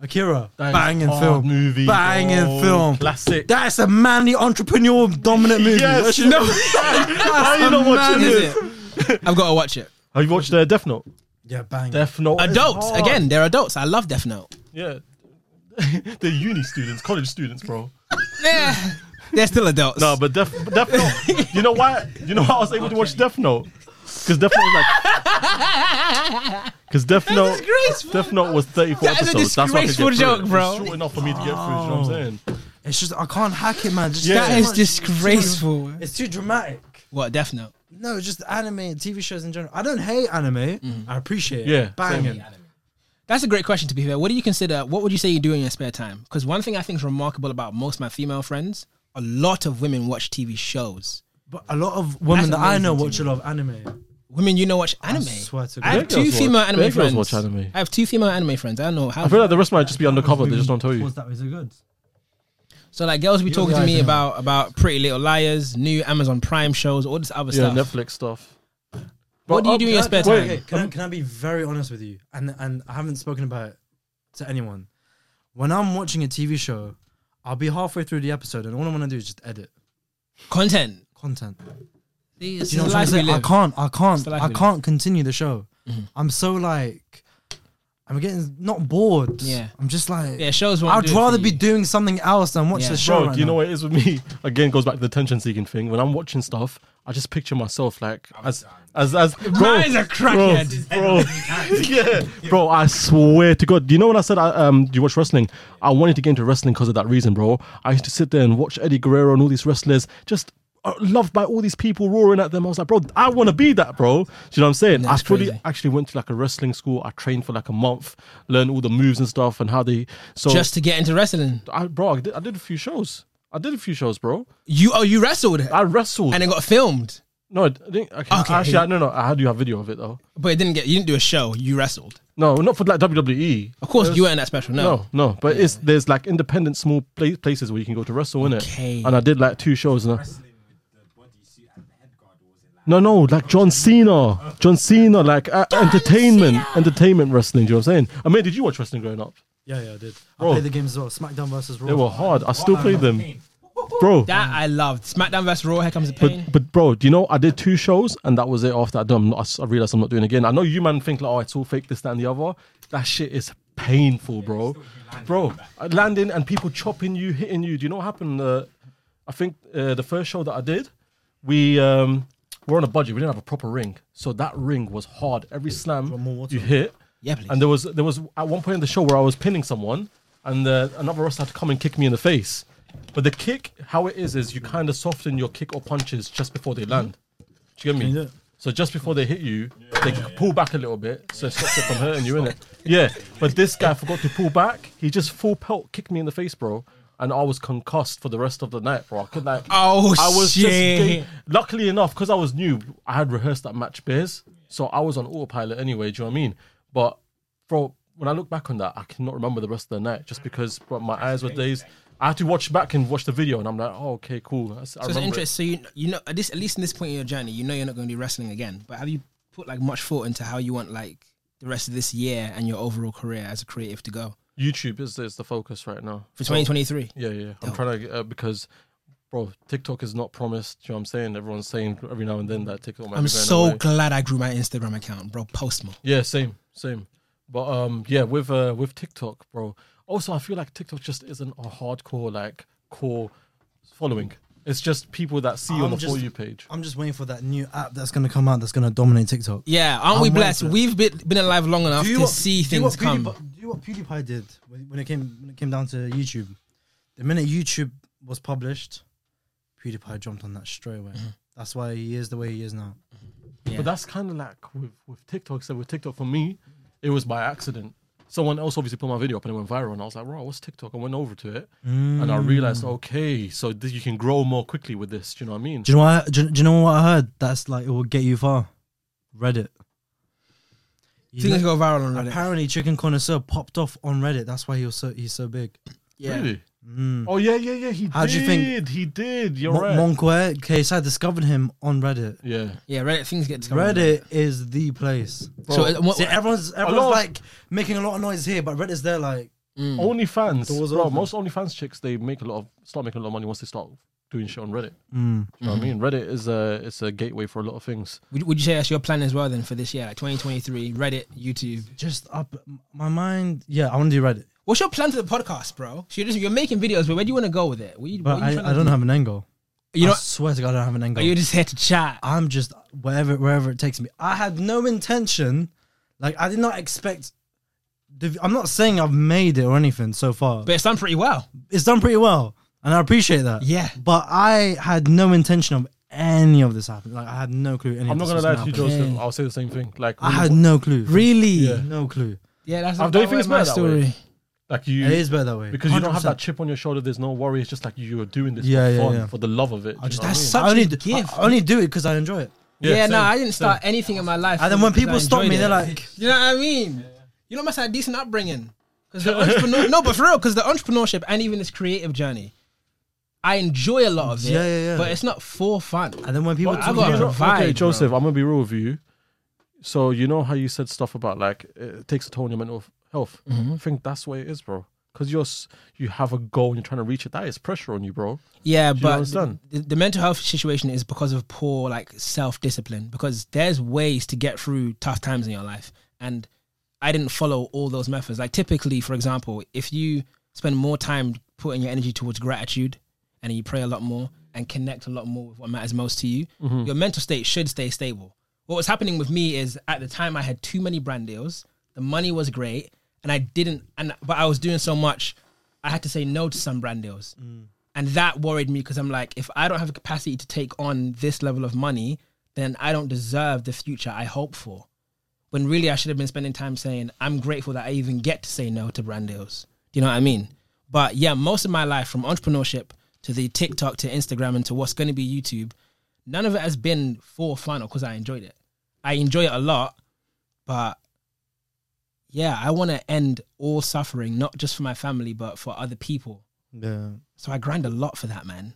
Akira. That is Banging hard film. movie. Banging Oh, film. Classic. That's a manly entrepreneur dominant movie. Yes. That shit- No. How you not watching madness. it? Is it? I've got to watch it. Have you watched uh, Death Note? Yeah, bang. Death Note. is Adults hard. again. They're adults. I love Death Note. Yeah. They're uni students, college students, bro. Yeah, they're still adults. No, but Death, but Death Note. You know why? You know how I was able to watch Death Note? Because Death Note was like. Because Death Note. disgraceful. Death Note was 34 That is a episodes. That's why I could disgraceful get through it. joke, bro. It's short enough for me to get through. it, You know what I'm saying? It's just I can't hack it, man. Just Yeah. that too is much- disgraceful. It's too dramatic. What Death Note? No, just anime and TV shows in general. I don't hate anime. Mm-hmm. I appreciate it. Yeah, bang same. it. That's a great question. To be fair, what do you consider? What would you say you do in your spare time? Because one thing I think is remarkable about most of my female friends, a lot of women watch TV shows. But a lot of women That's that I know amazing to watch a lot of anime. Women, you know, watch anime. swear to I God. have Big two girls female watch- anime big girls friends. watch anime. I have two female anime friends. I don't know how. I feel like the rest might just be undercover. They just don't tell you. Pause that was good. so like girls be talking to guys, me you know. about about Pretty Little Liars, new Amazon Prime shows, all this other Yeah, stuff. Netflix stuff. What do you do in your spare wait, time? Okay, can I, can I be very honest with you? And and I haven't spoken about it to anyone. When I'm watching a TV show, I'll be halfway through the episode, and all I want to do is just edit Content. content. See, Do you know what I'm saying? I can't, I can't, the life I we can't continue the show. I'm so like, I'm getting not bored. Yeah. I'm just like, Yeah, shows won't I'd do it rather for be you. doing something else than watch Yeah. the show. Bro, right do you know now. what it is with me? Again, goes back to the attention seeking thing. When I'm watching stuff, I just picture myself like as as as bro, Man's a crackhead. bro, bro. yeah, bro. I swear to God, do you know when I said I, um do you watch wrestling? I wanted to get into wrestling because of that reason, bro. I used to sit there and watch Eddie Guerrero and all these wrestlers just. uh, Loved by all these people roaring at them, I was like, bro, I want to be that, bro. Do you know what I'm saying? I That's fully crazy. actually went to like a wrestling school. I trained for like a month, learned all the moves and stuff, and how they. So Just to get into wrestling. I bro, I did, I did a few shows. I did a few shows, bro. You oh you wrestled I wrestled. and it got filmed. No, I didn't, okay. Okay. Actually, I, no, no. I do have video of it though. But it didn't get. You didn't do a show. You wrestled. No, not for like WWE. Of course, you weren't that special. No. No, no. But it's there's like independent small pla- places where you can go to wrestle in it. Okay. And I did like two shows. And I, Wrestling with the bodysuit and the head guard, or was it like no, no, like John Cena, John Cena, like uh, entertainment, entertainment wrestling. Do you know what I'm saying? I mean, did you watch wrestling growing up? Yeah, yeah, I did. I Bro. played the games as well. SmackDown versus Raw. They were hard. I still play them, bro. That I loved. SmackDown vs Raw. Here comes the pain. But but bro, do you know I did two shows and that was it. After that, done, I, s- I realized I'm not doing it again. I know you man think like, oh, it's all fake, this, that, and the other. That shit is painful, bro. Bro, uh, landing and people chopping you, hitting you. Do you know what happened? Uh, I think uh, the first show that I did, we um, were on a budget. We didn't have a proper ring, so that ring was hard. Every slam you hit, Yeah, please. and there was there was at one point in the show where I was pinning someone, and uh, another wrestler had to come and kick me in the face. But the kick, how it is, is you kind of soften your kick or punches just before they land. Do you get Can you do me? it? So just before they hit you, they pull back a little bit, so it stops it from hurting you, innit? Yeah. But this guy forgot to pull back. He just full pelt kicked me in the face, bro. And I was concussed for the rest of the night, bro. I could like, Oh I was just shit! getting- luckily enough because I was new. I had rehearsed that match bears, so I was on autopilot anyway. Do you know what I mean? But bro, when I look back on that, I cannot remember the rest of the night just because bro, my eyes were dazed. I had to watch back and watch the video, and I'm like, oh, okay, cool. That's, I So it's remember it. interesting. So you you know at least at least in this point in your journey, you know you're not going to be wrestling again. But have you put like much thought into how you want like the rest of this year and your overall career as a creative to go YouTube is, is the focus right now for 2023? Yeah, yeah. I'm trying to uh, because. Bro, TikTok is not promised. Do you know what I'm saying? Everyone's saying every now and then that TikTok might be I'm going so away. glad I grew my Instagram account, bro. Post more. Yeah, same, same. But um, yeah, with uh, with TikTok, bro. Also, I feel like TikTok just isn't a hardcore like core following. It's just people that see you on I'm the just- for you page. I'm just waiting for that new app that's gonna come out that's gonna dominate TikTok. Yeah, aren't we I'm blessed? waiting. We've been, been alive long enough to what- see do what things come. PewDiePie- Do what PewDiePie did when, when it came when it came down to YouTube. The minute YouTube was published, PewDiePie jumped on that straight away. That's why he is the way he is now. Yeah. But that's kind of like with with TikTok. So with TikTok, for me, it was by accident. Someone else obviously put my video up and it went viral, and I was like, "Wow, what's TikTok?" I went over to it, and I realized, Mm. okay, so th- you can grow more quickly with this. Do you know what I mean? Do you know what? I, do, you- do you know what I heard? That's like it will get you far. Reddit. You Things know- go viral on Reddit. apparently, Chicken Connoisseur popped off on Reddit. That's why he was so he's so big. Yeah. Really? Mm. Oh yeah, yeah, yeah. He How did. do you think- he did? You're Mon- right. Monkware Case, I discovered him on Reddit. yeah. Yeah, Reddit things get discovered. Reddit is the place. So uh, what, See, everyone's everyone's lot of- like making a lot of noise here, but Reddit's there like OnlyFans, Doors bro. open. Most OnlyFans chicks they make a lot of start making a lot of money once they start doing shit on Reddit. Hmm. Do you know what I mean? Reddit is a it's a gateway for a lot of things. would, would you say that's your plan as well then for this year, like 2023? Reddit, YouTube. just up my mind. Yeah, I want to do Reddit, What's your plan to the podcast, bro? So you're, just, you're making videos, but where do you want to go with it? What you, but what you I, trying to I don't do? have an end goal. You I know, swear to God, I don't have an end are goal. you just here to chat? I'm just wherever wherever it takes me. I had no intention. Like I did not expect. The, I'm not saying I've made it or anything so far. But it's done pretty well. it's done pretty well, and I appreciate that. Yeah. but I had no intention of any of this happening. Like I had no clue. Any I'm of not this gonna was lie to you, happen. Joseph. I'll say the same thing. Like I had no clue. Really? Yeah. No clue. Yeah, that's I Oh, don't that think was it's my bad that way. story. like you It is better that way because you don't have 100%. that chip on your shoulder. There's no worry. It's just like you are doing this Yeah, for yeah, fun, yeah. for the love of it. do you just- know what I mean? That's I such only a do, gift. I only do it because I enjoy it. Yeah, no, same, I didn't start anything in my life. And then when because I people stop me, enjoyed they're it. like, you know what I mean? You know, must have a decent upbringing. 'Cause the entrepreneur, no, but for real, because the entrepreneurship and even this creative journey, I enjoy a lot of it. Yeah, yeah, yeah. But it's not for fun. and then when people Well, I talk got to You me, know- a vibe, okay, bro. Joseph, I'm gonna be real with you. So you know how you said stuff about like it takes a toll on your mental health. I think that's what it is, bro. Because you're s- you have a goal and you're trying to reach it. That is pressure on you, bro. Yeah, you but understand? the, the mental health situation is because of poor like self discipline. Because there's ways to get through tough times in your life, and I didn't follow all those methods. Like typically, for example, if you spend more time putting your energy towards gratitude, and you pray a lot more and connect a lot more with what matters most to you, your mental state should stay stable. What was happening with me is at the time I had too many brand deals. The money was great, and I didn't. And but I was doing so much, I had to say no to some brand deals and that worried me because I'm like, if I don't have the capacity to take on this level of money, then I don't deserve the future I hope for. When really I should have been spending time saying, I'm grateful that I even get to say no to brand deals. Do you know what I mean? But yeah, most of my life from entrepreneurship to the TikTok to Instagram and to what's going to be YouTube, none of it has been for fun or because I enjoyed it. I enjoy it a lot, but yeah, I want to end all suffering, not just for my family, but for other people. Yeah. So I grind a lot for that, man.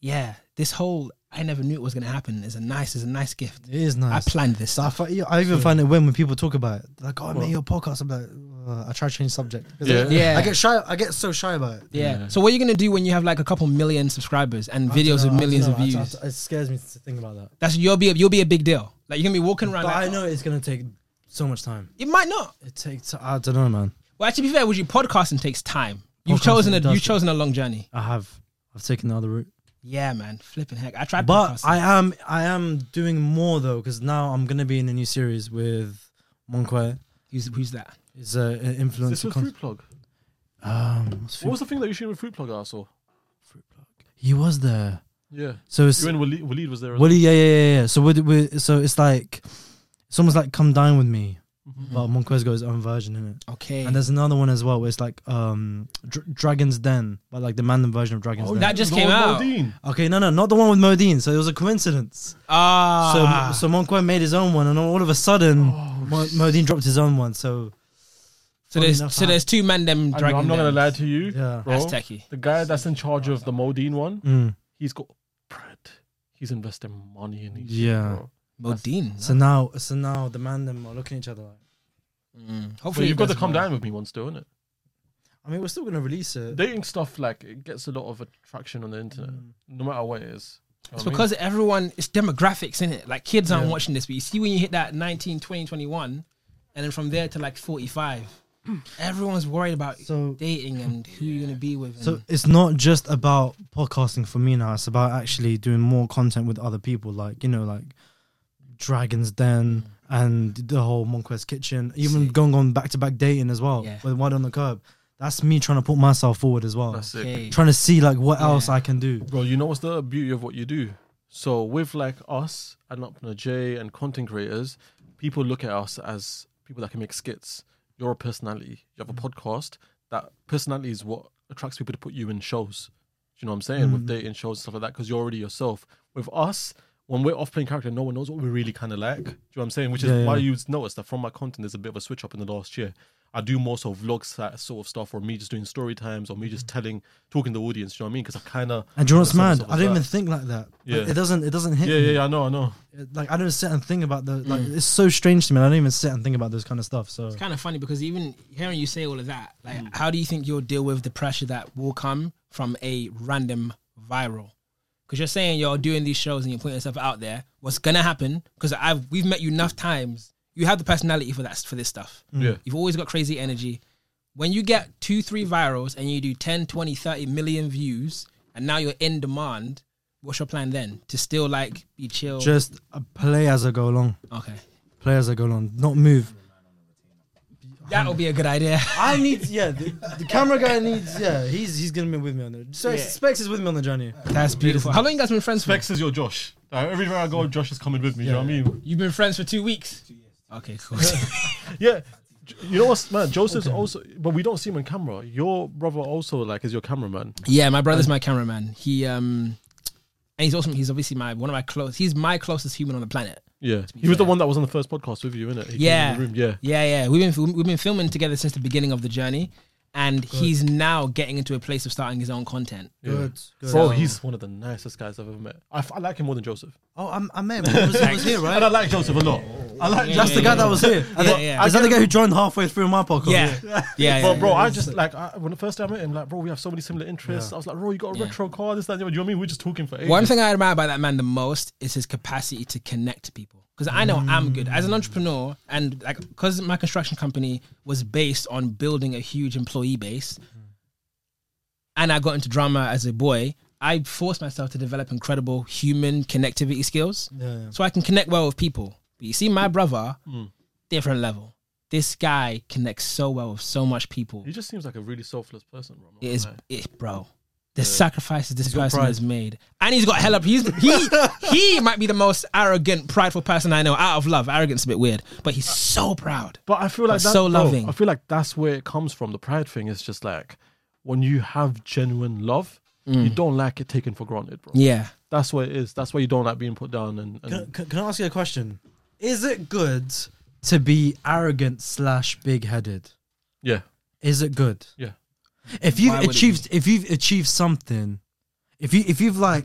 Yeah, this whole I never knew it was gonna happen is a nice is a nice gift. It is nice. I planned this. So I, fi- yeah, I even find it when when people talk about it, like, "Oh, I made your podcast." I'm like, uh, I try to change subject. 'Cause Yeah. I, Yeah. I get shy. I get so shy about it. Yeah. Yeah. So what are you gonna do when you have like a couple million subscribers and I don't videos with know, I millions don't of know, I views? don't- It scares me to think about that. That's you'll be a, you'll be a big deal. Like you're gonna be walking around. But like, I know it's gonna take so much time. It might not. It takes. I don't know, man. Well, actually, to be fair, with you podcasting takes time. You've Podcasting chosen a does you've take- chosen a long journey. I have. I've taken the other route. Yeah, man, flipping heck. I tried, But podcasting. I am. I am doing more though, because now I'm gonna be in a new series with Monkwe. who's, who's that? Is an This influencer. was Con- fruit plug. um, what's What fruit? was the thing that you showed with fruit plug that I saw? he was there. Yeah, So it's you and Waleed, Waleed was there. as Well, yeah, yeah, yeah, yeah. So we, we, so it's like, it's almost like come dine with me, Mm-hmm. but Monquez got his own version in it. Okay. And there's another one as well where it's like um Dr- Dragon's Den, but like the Mandan version of Oh, Dragon's Den. Oh, that just The came one with out. Modine. okay, no, no, not the one with Modine. So it was a coincidence. Ah. Oh, So so Monquez made his own one, and all of a sudden Mo- Modine dropped his own one. So So funny there's enough, so I- there's two men them I know, dragging. I'm not gonna them. lie to you, Yeah. bro. That's techie. The guy that's in charge of the Modine one, Mm. he's got bread. He's investing money in these. Yeah. bro. Modine. So now so now the Mandan are looking at each other like. Mm. Well, Hopefully you've it got to does come well. down with me once, though, innit? I mean, we're still gonna release it. Dating stuff like it gets a lot of attraction on the internet, no matter what it is. You know It's what I mean? because everyone it's demographics in it. Like kids aren't Yeah. watching this, but you see when you hit that 19, 20, 21, and then from there to like 45, everyone's worried about So dating and who you're gonna be with. So and- it's not just about podcasting for me now. It's about actually doing more content with other people, like you know, like Dragons Den and the whole Monquest Kitchen. Even Mm. Sick. going on back to back dating as well Yeah. with Wide on the Curb. That's me trying to put myself forward as well, that's it. okay. trying to see like what else Yeah. I can do. Bro, you know what's the beauty of what you do? So with like us and up J and content creators, people look at us as people that can make skits. You're a personality. You have a Mm. podcast. That personality is what attracts people to put you in shows. Do you know what I'm saying? Mm. With dating shows and stuff like that, because you're already yourself. With us, when we're off playing character, no one knows what we really kind of like. Do you know what I'm saying? Which is Yeah, yeah. why you notice that from my content, there's a bit of a switch up in the last year. I do more so vlogs, that sort of stuff, or me just doing story times, or me Mm. just telling, talking to the audience. Do you know what I mean? Because I kind of And do you know what's That's mad? something I don't like even that. think like that. Yeah. Like, it doesn't. It doesn't hit. Yeah, me. yeah, yeah, I know, I know. It- Like I don't sit and think about the. Like it's so strange to me. I don't even sit and think about this kind of stuff. So Mm. It's kind of funny because even hearing you say all of that, like, Mm. how do you think you'll deal with the pressure that will come from a random viral? Because you're saying you're doing these shows and you're putting yourself out there. What's gonna happen? Because I've we've met you enough times. You have the personality for that for this stuff. Mm. Yeah. You've always got crazy energy. When you get two, three virals and you do 10, 20, 30 million views, and now you're in demand, what's your plan then? To still like be chill? just uh, play as I go along. okay. Play as I go along. Not move. That'll be a good idea. I need, yeah, the, the camera guy needs, yeah, he's he's gonna be with me on the. So Specs is with me on the journey. That's beautiful. How long you guys been friends for? Specs is your Josh. Uh, everywhere I go, Josh is coming with me. You know what I mean? You've been friends for two weeks. Okay, cool. Yeah. J- You know what's man? Joseph's also, but we don't see him on camera. Your brother also like is your cameraman. yeah, my brother's my cameraman. He um, and he's also he's obviously my one of my close. He's my closest human on the planet. Yeah, he was the fair. one that was on the first podcast with you, innit? He came in Yeah. the room. yeah. Yeah, yeah. We've been we've been filming together since the beginning of the journey, and he's now getting into a place of starting his own content. yeah. good. Bro, he's one of the nicest guys I've ever met. I, f- I like him more than Joseph. oh, I'm, I met him. He was, he was here, And I right? like Joseph a lot. I like That's the guy that was here. And Yeah, then- yeah. Is that the guy who joined halfway through my podcast? Yeah, yeah, yeah. But yeah. bro, I just like I, when the first time I met him, like bro, we have so many similar interests. Yeah. I was like, bro, you got a Yeah. retro car, this, that, you know what I mean? We're just talking for ages. One thing I admire about that man the most is his capacity to connect to people. Because I know I'm good as an entrepreneur, and like because my construction company was based on building a huge employee base, and I got into drama as a boy. I forced myself to develop incredible human connectivity skills, Yeah, yeah. so I can connect well with people. But you see, my brother, different level. This guy connects so well with so much people. He just seems like a really selfless person, bro. I'm not It is, gonna lie. it, bro. The sacrifices this person pride. has made, and he's got hella. He's he he might be the most arrogant, prideful person I know. Out of love, arrogance a bit weird, but he's so proud. But I feel like But that, so bro, loving. I feel like that's where it comes from. The pride thing is just like when you have genuine love, you don't like it taken for granted, bro. Mm. Yeah, That's what it is. That's why you don't like being put down. And, and Can, can, can I ask you a question? Is it good to be arrogant slash big headed? yeah, Is it good? yeah. If you've Why would it achieved, if you've achieved something, if you if you've like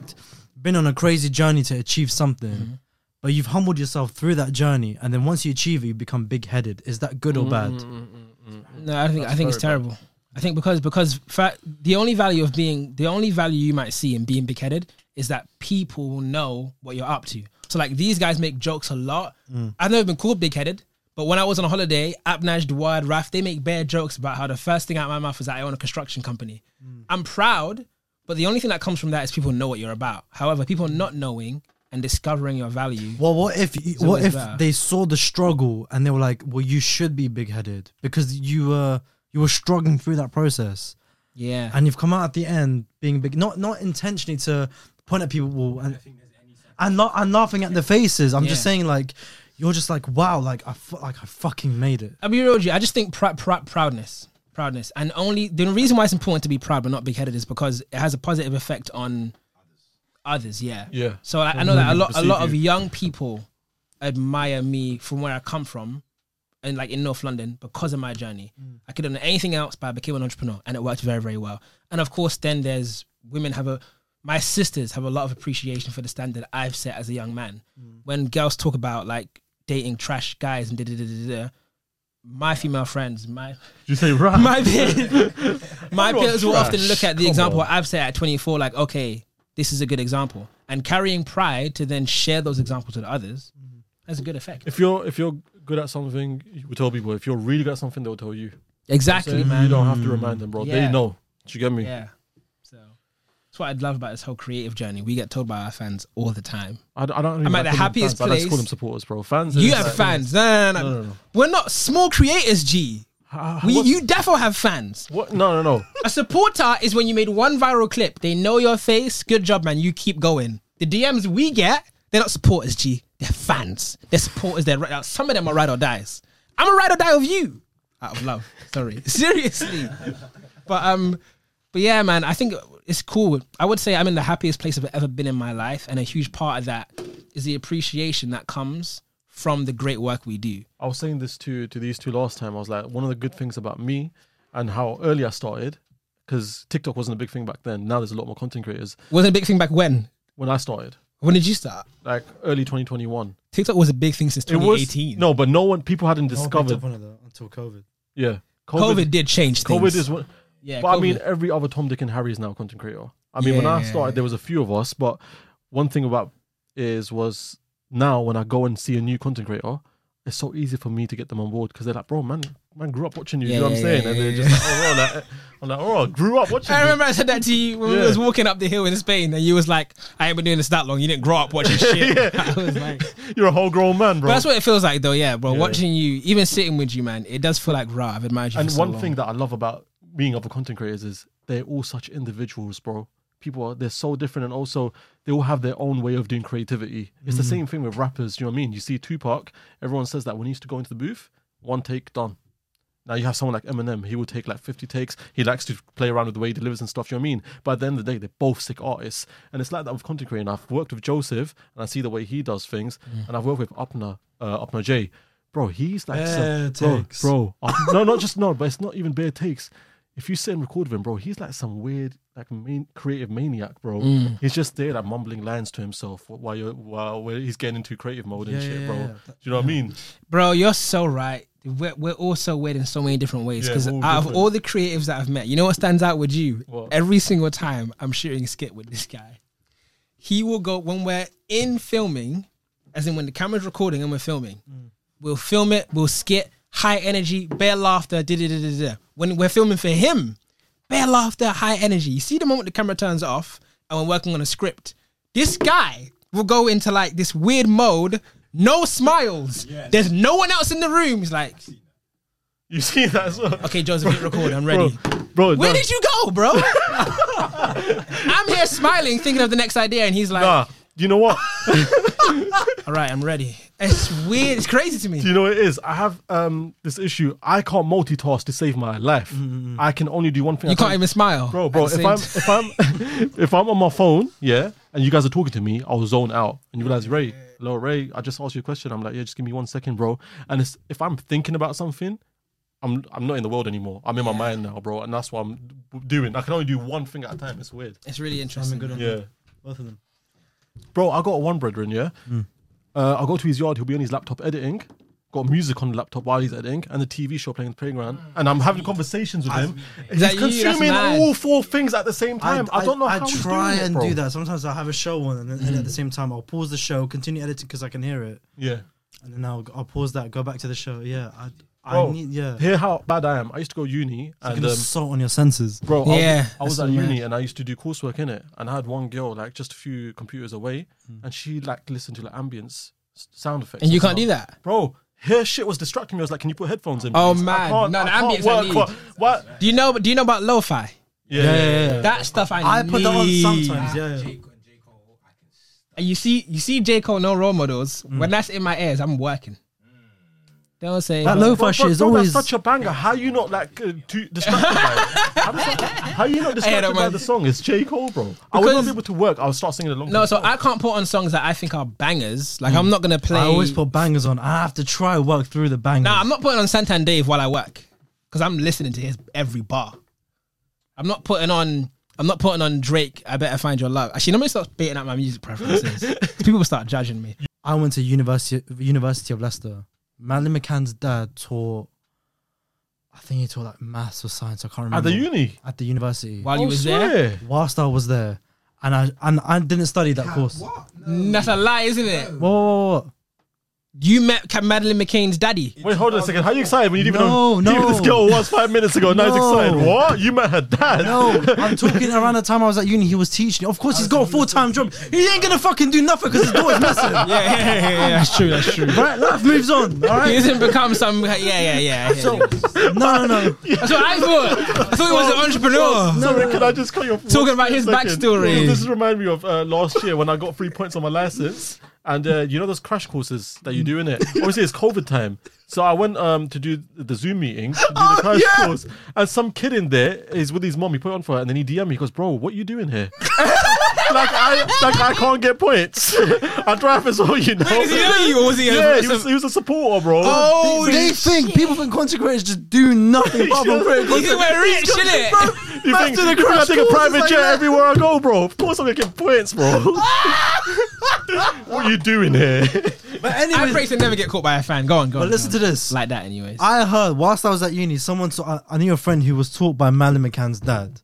been on a crazy journey to achieve something, Mm-hmm. but you've humbled yourself through that journey, and then once you achieve it, you become big headed. Is that good or bad? Mm-hmm. No, I think I think it's very terrible. I think because because fa- the only value of being the only value you might see in being big headed is that people will know what you're up to. So like these guys make jokes a lot. I've never been called big headed, but when I was on a holiday, Abnaj, Dwad, Raf, they make bare jokes about how the first thing out of my mouth was that I own a construction company. I'm proud, but the only thing that comes from that is people know what you're about. However, people not knowing and discovering your value. Well, what if what always if better. they saw the struggle and they were like, "Well, you should be big headed because you were you were struggling through that process." Yeah. and you've come out at the end being big, not not intentionally to point at people well, and and, la- and laughing at their faces. I'm just Yeah. saying, like, you're just like, wow, like I fu- like I fucking made it. I'll be real with you. I just think prou- prou- proudness, proudness, and only the reason why it's important to be proud but not big-headed is because it has a positive effect on others. Yeah, Yeah. So I, I know that a lot, a lot of young people admire me from where I come from, and like in North London because of my journey. I could have done anything else, but I became an entrepreneur, and it worked very, very well. And of course, then there's women have a. My sisters have a lot of appreciation for the standard I've set as a young man. When girls talk about like dating trash guys and da da da da da, my female friends, my you say right? my peers, my Everyone's peers will trash. often look at the Come example on. I've set at 24, like, okay, this is a good example, and carrying pride to then share those examples with others has a good effect. Mm-hmm. if you're if you're good at something, you will tell people. If you're really good at something, they'll tell you. So Exactly, man. You don't have to remind them, bro. Yeah. They know. Do you get me? Yeah. So that's what I'd love about this whole creative journey. We get told by our fans all the time. I, d- I don't. Really I'm at the like calling them happiest fans, but I like to place. call them supporters, bro. Fans. You is have like- fans. No, no, no, no, no. We're not small creators, G. Ah, We, what- you defo have fans. What? No, no, no. A supporter is when you made one viral clip. They know your face. Good job, man. You keep going. The DMs we get, they're not supporters, G. They're fans. They're supporters. They're right. Some of them are ride or dies. I'm a ride or die of you. Out of love. Sorry. Seriously. But um, but yeah, man, I think it's cool. I would say I'm in the happiest place I've ever been in my life, and a huge part of that is the appreciation that comes from the great work we do. I was saying this to to these two last time. I was like, one of the good things about me and how early I started, because TikTok wasn't a big thing back then. Now there's a lot more content creators. Wasn't a big thing back when? When I started, When did you start? like early 2021, TikTok was a big thing since it was 2018. no, but no one people hadn't discovered. until COVID. yeah, COVID, did change things. COVID is one. yeah, But I mean, COVID. every other Tom, Dick, and Harry is now content creator. I mean, when I Yeah. started, there was a few of us, but one thing about is was now when I go and see a new content creator, it's so easy for me to get them on board because they're like, bro, man, man, grew up watching you. Yeah, you know yeah, what I'm saying? yeah, and they're yeah, just like, oh, bro, like, I'm like, oh, I grew up watching. I you. remember I said that to you when we Yeah. was walking up the hill in Spain, and you was like, "I ain't been doing this that long. You didn't grow up watching shit." I was like, You're a whole grown man, bro. but that's what it feels like, though. Yeah, bro. Yeah. Watching you, even sitting with you, man, it does feel like raw. I've admired you. and for so one long. thing that I love about being other content creators is they're all such individuals, bro. People are they're so different, and also they all have their own way of doing creativity. It's Hmm. the same thing with rappers. You know what I mean? You see Tupac, everyone says that when he used to go into the booth, one take done. Now you have someone like Eminem, he will take like 50 takes. He likes to play around with the way he delivers and stuff. You know what I mean? But at the end of the day, they're both sick artists, and it's like that with content creating. I've worked with Joseph, and I see the way he does things, Mm. and I've worked with Upna, uh, Upna J. Bro, he's like, Bare some, bro, takes. bro. uh, no, not just no, but it's not even bare takes. If you sit and record with him, bro, he's like some weird, like main, creative maniac, bro. Mm. He's just there, like mumbling lines to himself while you're, while he's getting into creative mode and Yeah, shit, yeah, bro. yeah. Do you know what I mean? bro, you're so right. We're, we're all so weird in so many different ways. Yeah, Because we're all out of different. all the creatives that I've met, you know what stands out with you? What? Every single time I'm shooting a skit with this guy, he will go when we're in filming, as in when the camera's recording and we're filming. We'll film it. We'll skit. High energy, bare laughter. Da da da da da. When we're filming for him, bare laughter, high energy. You see the moment the camera turns off and we're working on a script, this guy will go into like this weird mode, no smiles. There's no one else in the room. He's like, You see that as well. okay, Joseph, hit record. I'm ready. Bro, bro Where no, did you go, bro? I'm here smiling, thinking of the next idea, and he's like, Nah, you know what? All right, I'm ready. It's weird. It's crazy to me. Do you know what it is? I have um this issue. I can't multitask to save my life. I can only do one Mm, You thing. at a can't time. even smile, bro, bro. at the If same I'm time. if I'm if I'm on my phone, yeah, and you guys are talking to me, I'll zone out. And you realize, Ray, hello, Ray. I just asked you a question. I'm like, yeah, just give me one second, bro. And it's, if I'm thinking about something, I'm I'm not in the world anymore. I'm in my mind now, bro. And that's what I'm doing. I can only do one thing at a time. It's weird. it's really interesting. good one. Yeah, Both of them. bro. I got one brethren. Yeah, uh, I go to his yard. He'll be on his laptop editing. Got music on the laptop while he's editing, and the TV show playing in the playground, Hmm. and I'm having conversations with him. He's that you? That's consuming mad. all four things at the same time. I, don't know I how he's try doing it, and bro. do that. Sometimes I'll have a show on, and, then, and at the same time, I'll pause the show, continue editing because I can hear it, Yeah. and then I'll, I'll pause that, go back to the show. Yeah, I, I Bro, need. Yeah, Hear how bad I am. I used to go uni and Fucking um, assault on your senses. bro, I- Yeah, I was that's at so uni and I used to do coursework in it. And I had one girl like just a few computers away, and she like listened to like ambience s- sound effects. Hmm. And you and can't stuff. do that. bro. Her shit was distracting me. I was like, "Can you put headphones in?" Oh, please? I man. can't- No, I the can't ambience I work need. for- What? Do you know? Do you know about lo-fi? Yeah, yeah, yeah. yeah. That stuff I, I put that on need. sometimes. Yeah, yeah. J. Cole, J. Cole, I can And You see, you see J Cole no role models. Mm. When that's in my ears, I'm working. Don't say that no. lo-fi Bro, shit bro, is bro, always. that's such a banger. How you not like uh, too distracted by it? How, does that- how you not distracted by man. the song? It's J Cole, bro. I would not Because- be able to work. I would start singing along. No, to so it. I can't put on songs that I think are bangers. Like I'm not gonna play. Mm. I always put bangers on. I have to try and work through the bangers. Nah, I'm not putting on Santan Dave while I work because I'm listening to his every bar. I'm not putting on. I'm not putting on Drake. I better find your love. Actually, nobody starts baiting out my music preferences. People start judging me. I went to University University of Leicester. Madeline McCann's dad taught. I think he taught like maths or science. I can't remember. at the uni. At the university. While you I was there, swear. Whilst I was there, and I and I didn't study that course. Whoa, What? No. that's a lie, isn't it? whoa, whoa, whoa. You met Ca- Madeline McCain's daddy. Wait, hold on a second. How are you excited when you didn't No, even know who no. this girl was five minutes ago? Now he's No. excited. What? You met her dad? No, I'm talking around the time I was at uni. He was teaching. Of course, he's got a full time job. He ain't gonna fucking do nothing because his door is missing. Yeah, yeah, yeah, yeah, that's true. That's true. Right, life moves on. All He right. doesn't become some. Yeah, yeah, yeah. yeah. So, no, no, no. That's what I thought. I thought he was an entrepreneur. Sorry, can I just cut you off? for Talking one about his second? backstory. This reminds me of uh, last year when I got three points on my license, and uh, you know those crash courses that you do in it. Obviously, it's COVID time, so I went um, to do the Zoom meeting, to do Oh, the crash course, and some kid in there is with his mom. He put it on for her, and then he DM me. He goes, "Bro, what you doing here?" like I, like I can't get points. I drive as well, you know. Is he know you or was he? a- yeah, he was, he was a supporter, bro. oh, They think people think content creators just do nothing. But create he's content. we're rich, innit? You think to the I'm gonna crash take a course, private it's like jet that. everywhere I go, bro? Of course I'm gonna get points, bro. what are you doing here? But I anyway, pray to never get caught by a fan. Go on, go on. but listen go to on. this. Like that, anyways. I heard whilst I was at uni, someone saw, I, I knew a friend who was taught by Malin McCann's dad,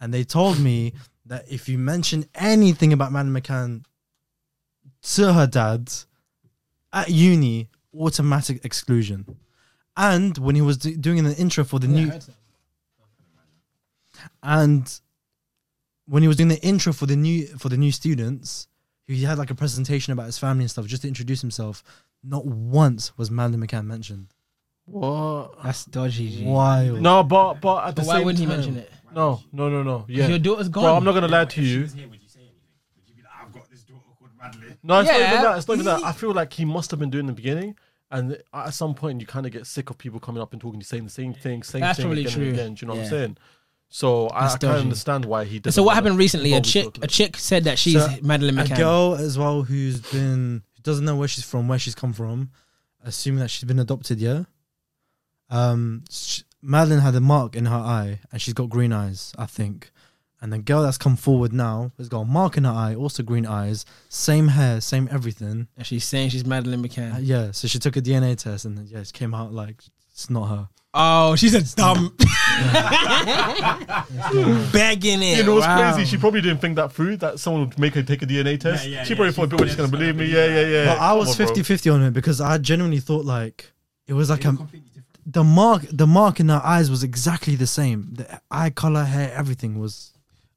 and they told me that if you mention anything about Malin McCann to her dad at uni, automatic exclusion. And when he was do- doing an intro for the new, and when he was doing the intro for the new for the new students, he had like a presentation about his family and stuff just to introduce himself. Not once was Malin McCann mentioned. What? That's dodgy. G. Wild. No, but but at the But why same wouldn't he time- mention it? No, no, no, no. Yeah, Your daughter's gone. Bro, I'm not gonna lie to you. Here, would you say anything? Would you be like, I've got this daughter called Madeline? No, it's not even Yeah. that. It's not even that. I feel like he must have been doing it in the beginning, and at some point you kind of get sick of people coming up and talking, saying the same thing, same That's thing probably again true. and again. Do you know what Yeah. I'm saying? So That's I, I kind of dodgy. understand why he did. so what happened recently? A chick, a chick said that she's So, Madeline a McCann. girl as well who's been who doesn't know where she's from, where she's come from, assuming that she's been adopted. Yeah. Um, sh Madeline had a mark in her eye, and she's got green eyes, I think. And the girl that's come forward now has got a mark in her eye, also green eyes, same hair, same everything. And she's saying she's Madeline Uh, McCann. yeah, so she took a DNA test, and yeah, it came out like it's not her. Oh, she's a dumb. Begging it. You know what's wow. crazy? She probably didn't think that through that someone would make her take a DNA test. yeah, she yeah, probably she thought people were just gonna believe me. Yeah, yeah, yeah. But I Come was on, bro. 50 50 on it because I genuinely thought like it was like a the mark the mark in her eyes was exactly the same. The eye color, hair, everything was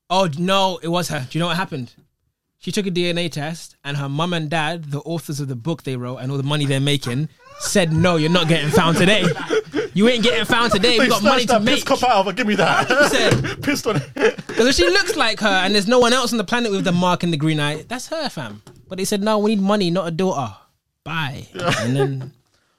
Oh no, it was her. Do you know what happened? She took a DNA test, and her mum and dad, the authors of the book they wrote and all the money they're making, said, "No, you're not getting found today. You ain't getting found today. They We got money snatched to that piss make." cup out of her. Give me that. Said, Pissed on Because if she looks like her and there's no one else on the planet with the mark and the green eye, that's her, fam. But they said, no, we need money, not a daughter. bye. And then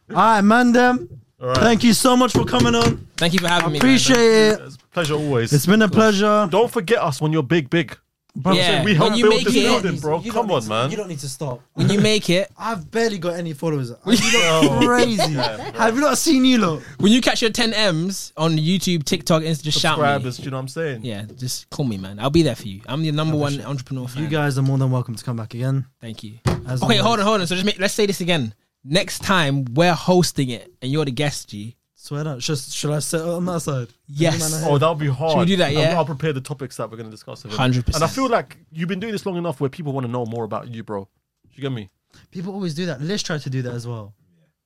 All right, man. Them. Alright. Thank you so much for coming on. thank you for having me. man. Appreciate it. It's a pleasure always. It's been a pleasure. Don't forget us when you're big, big. Bro, Yeah. We When helped you build make this it- building, bro. you don't Come need on, to- man. You don't need to stop. When you make it, I've barely got any followers. You look crazy. Have you not seen you lot? when you catch your 10 M's on YouTube, TikTok, Insta, just shout me. Subscribers, do you know what I'm saying? Yeah, just call me, man. I'll be there for you. I'm the number one entrepreneur fan. You guys are more than welcome to come back again. Thank you. As Okay, always. hold on, hold on. So just make, let's say this again. Next time we're hosting it and you're the guest, G. Swear that. Should, should I set it on that side? Yes. Man, I Oh, that would be hard. Should we do that, I'll- yeah? I'll prepare the topics that we're going to discuss. with him. 100%. And I feel like you've been doing this long enough where people want to know more about you, bro. You get me? People always do that. Liz tried to do that as well.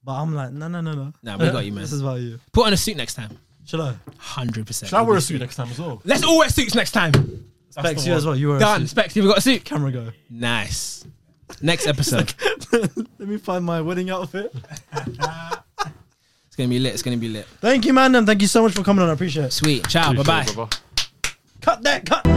But I'm like, no, no, no, no. Nah, we got you, man. This is about you. Put on a suit next time. Should I? 100%. Should I wear a suit next time as well? Let's all wear suits next time. That's Specs, the you one. as well. You were Done. Specs, you got a suit. Camera go. Nice. Next episode. Let me find my wedding outfit. It's going to be lit. It's going to be lit. Thank you, man. And thank you so much for coming on. I appreciate it. Sweet. Ciao. Bye Appreciate it, bye. brother. Cut that. Cut.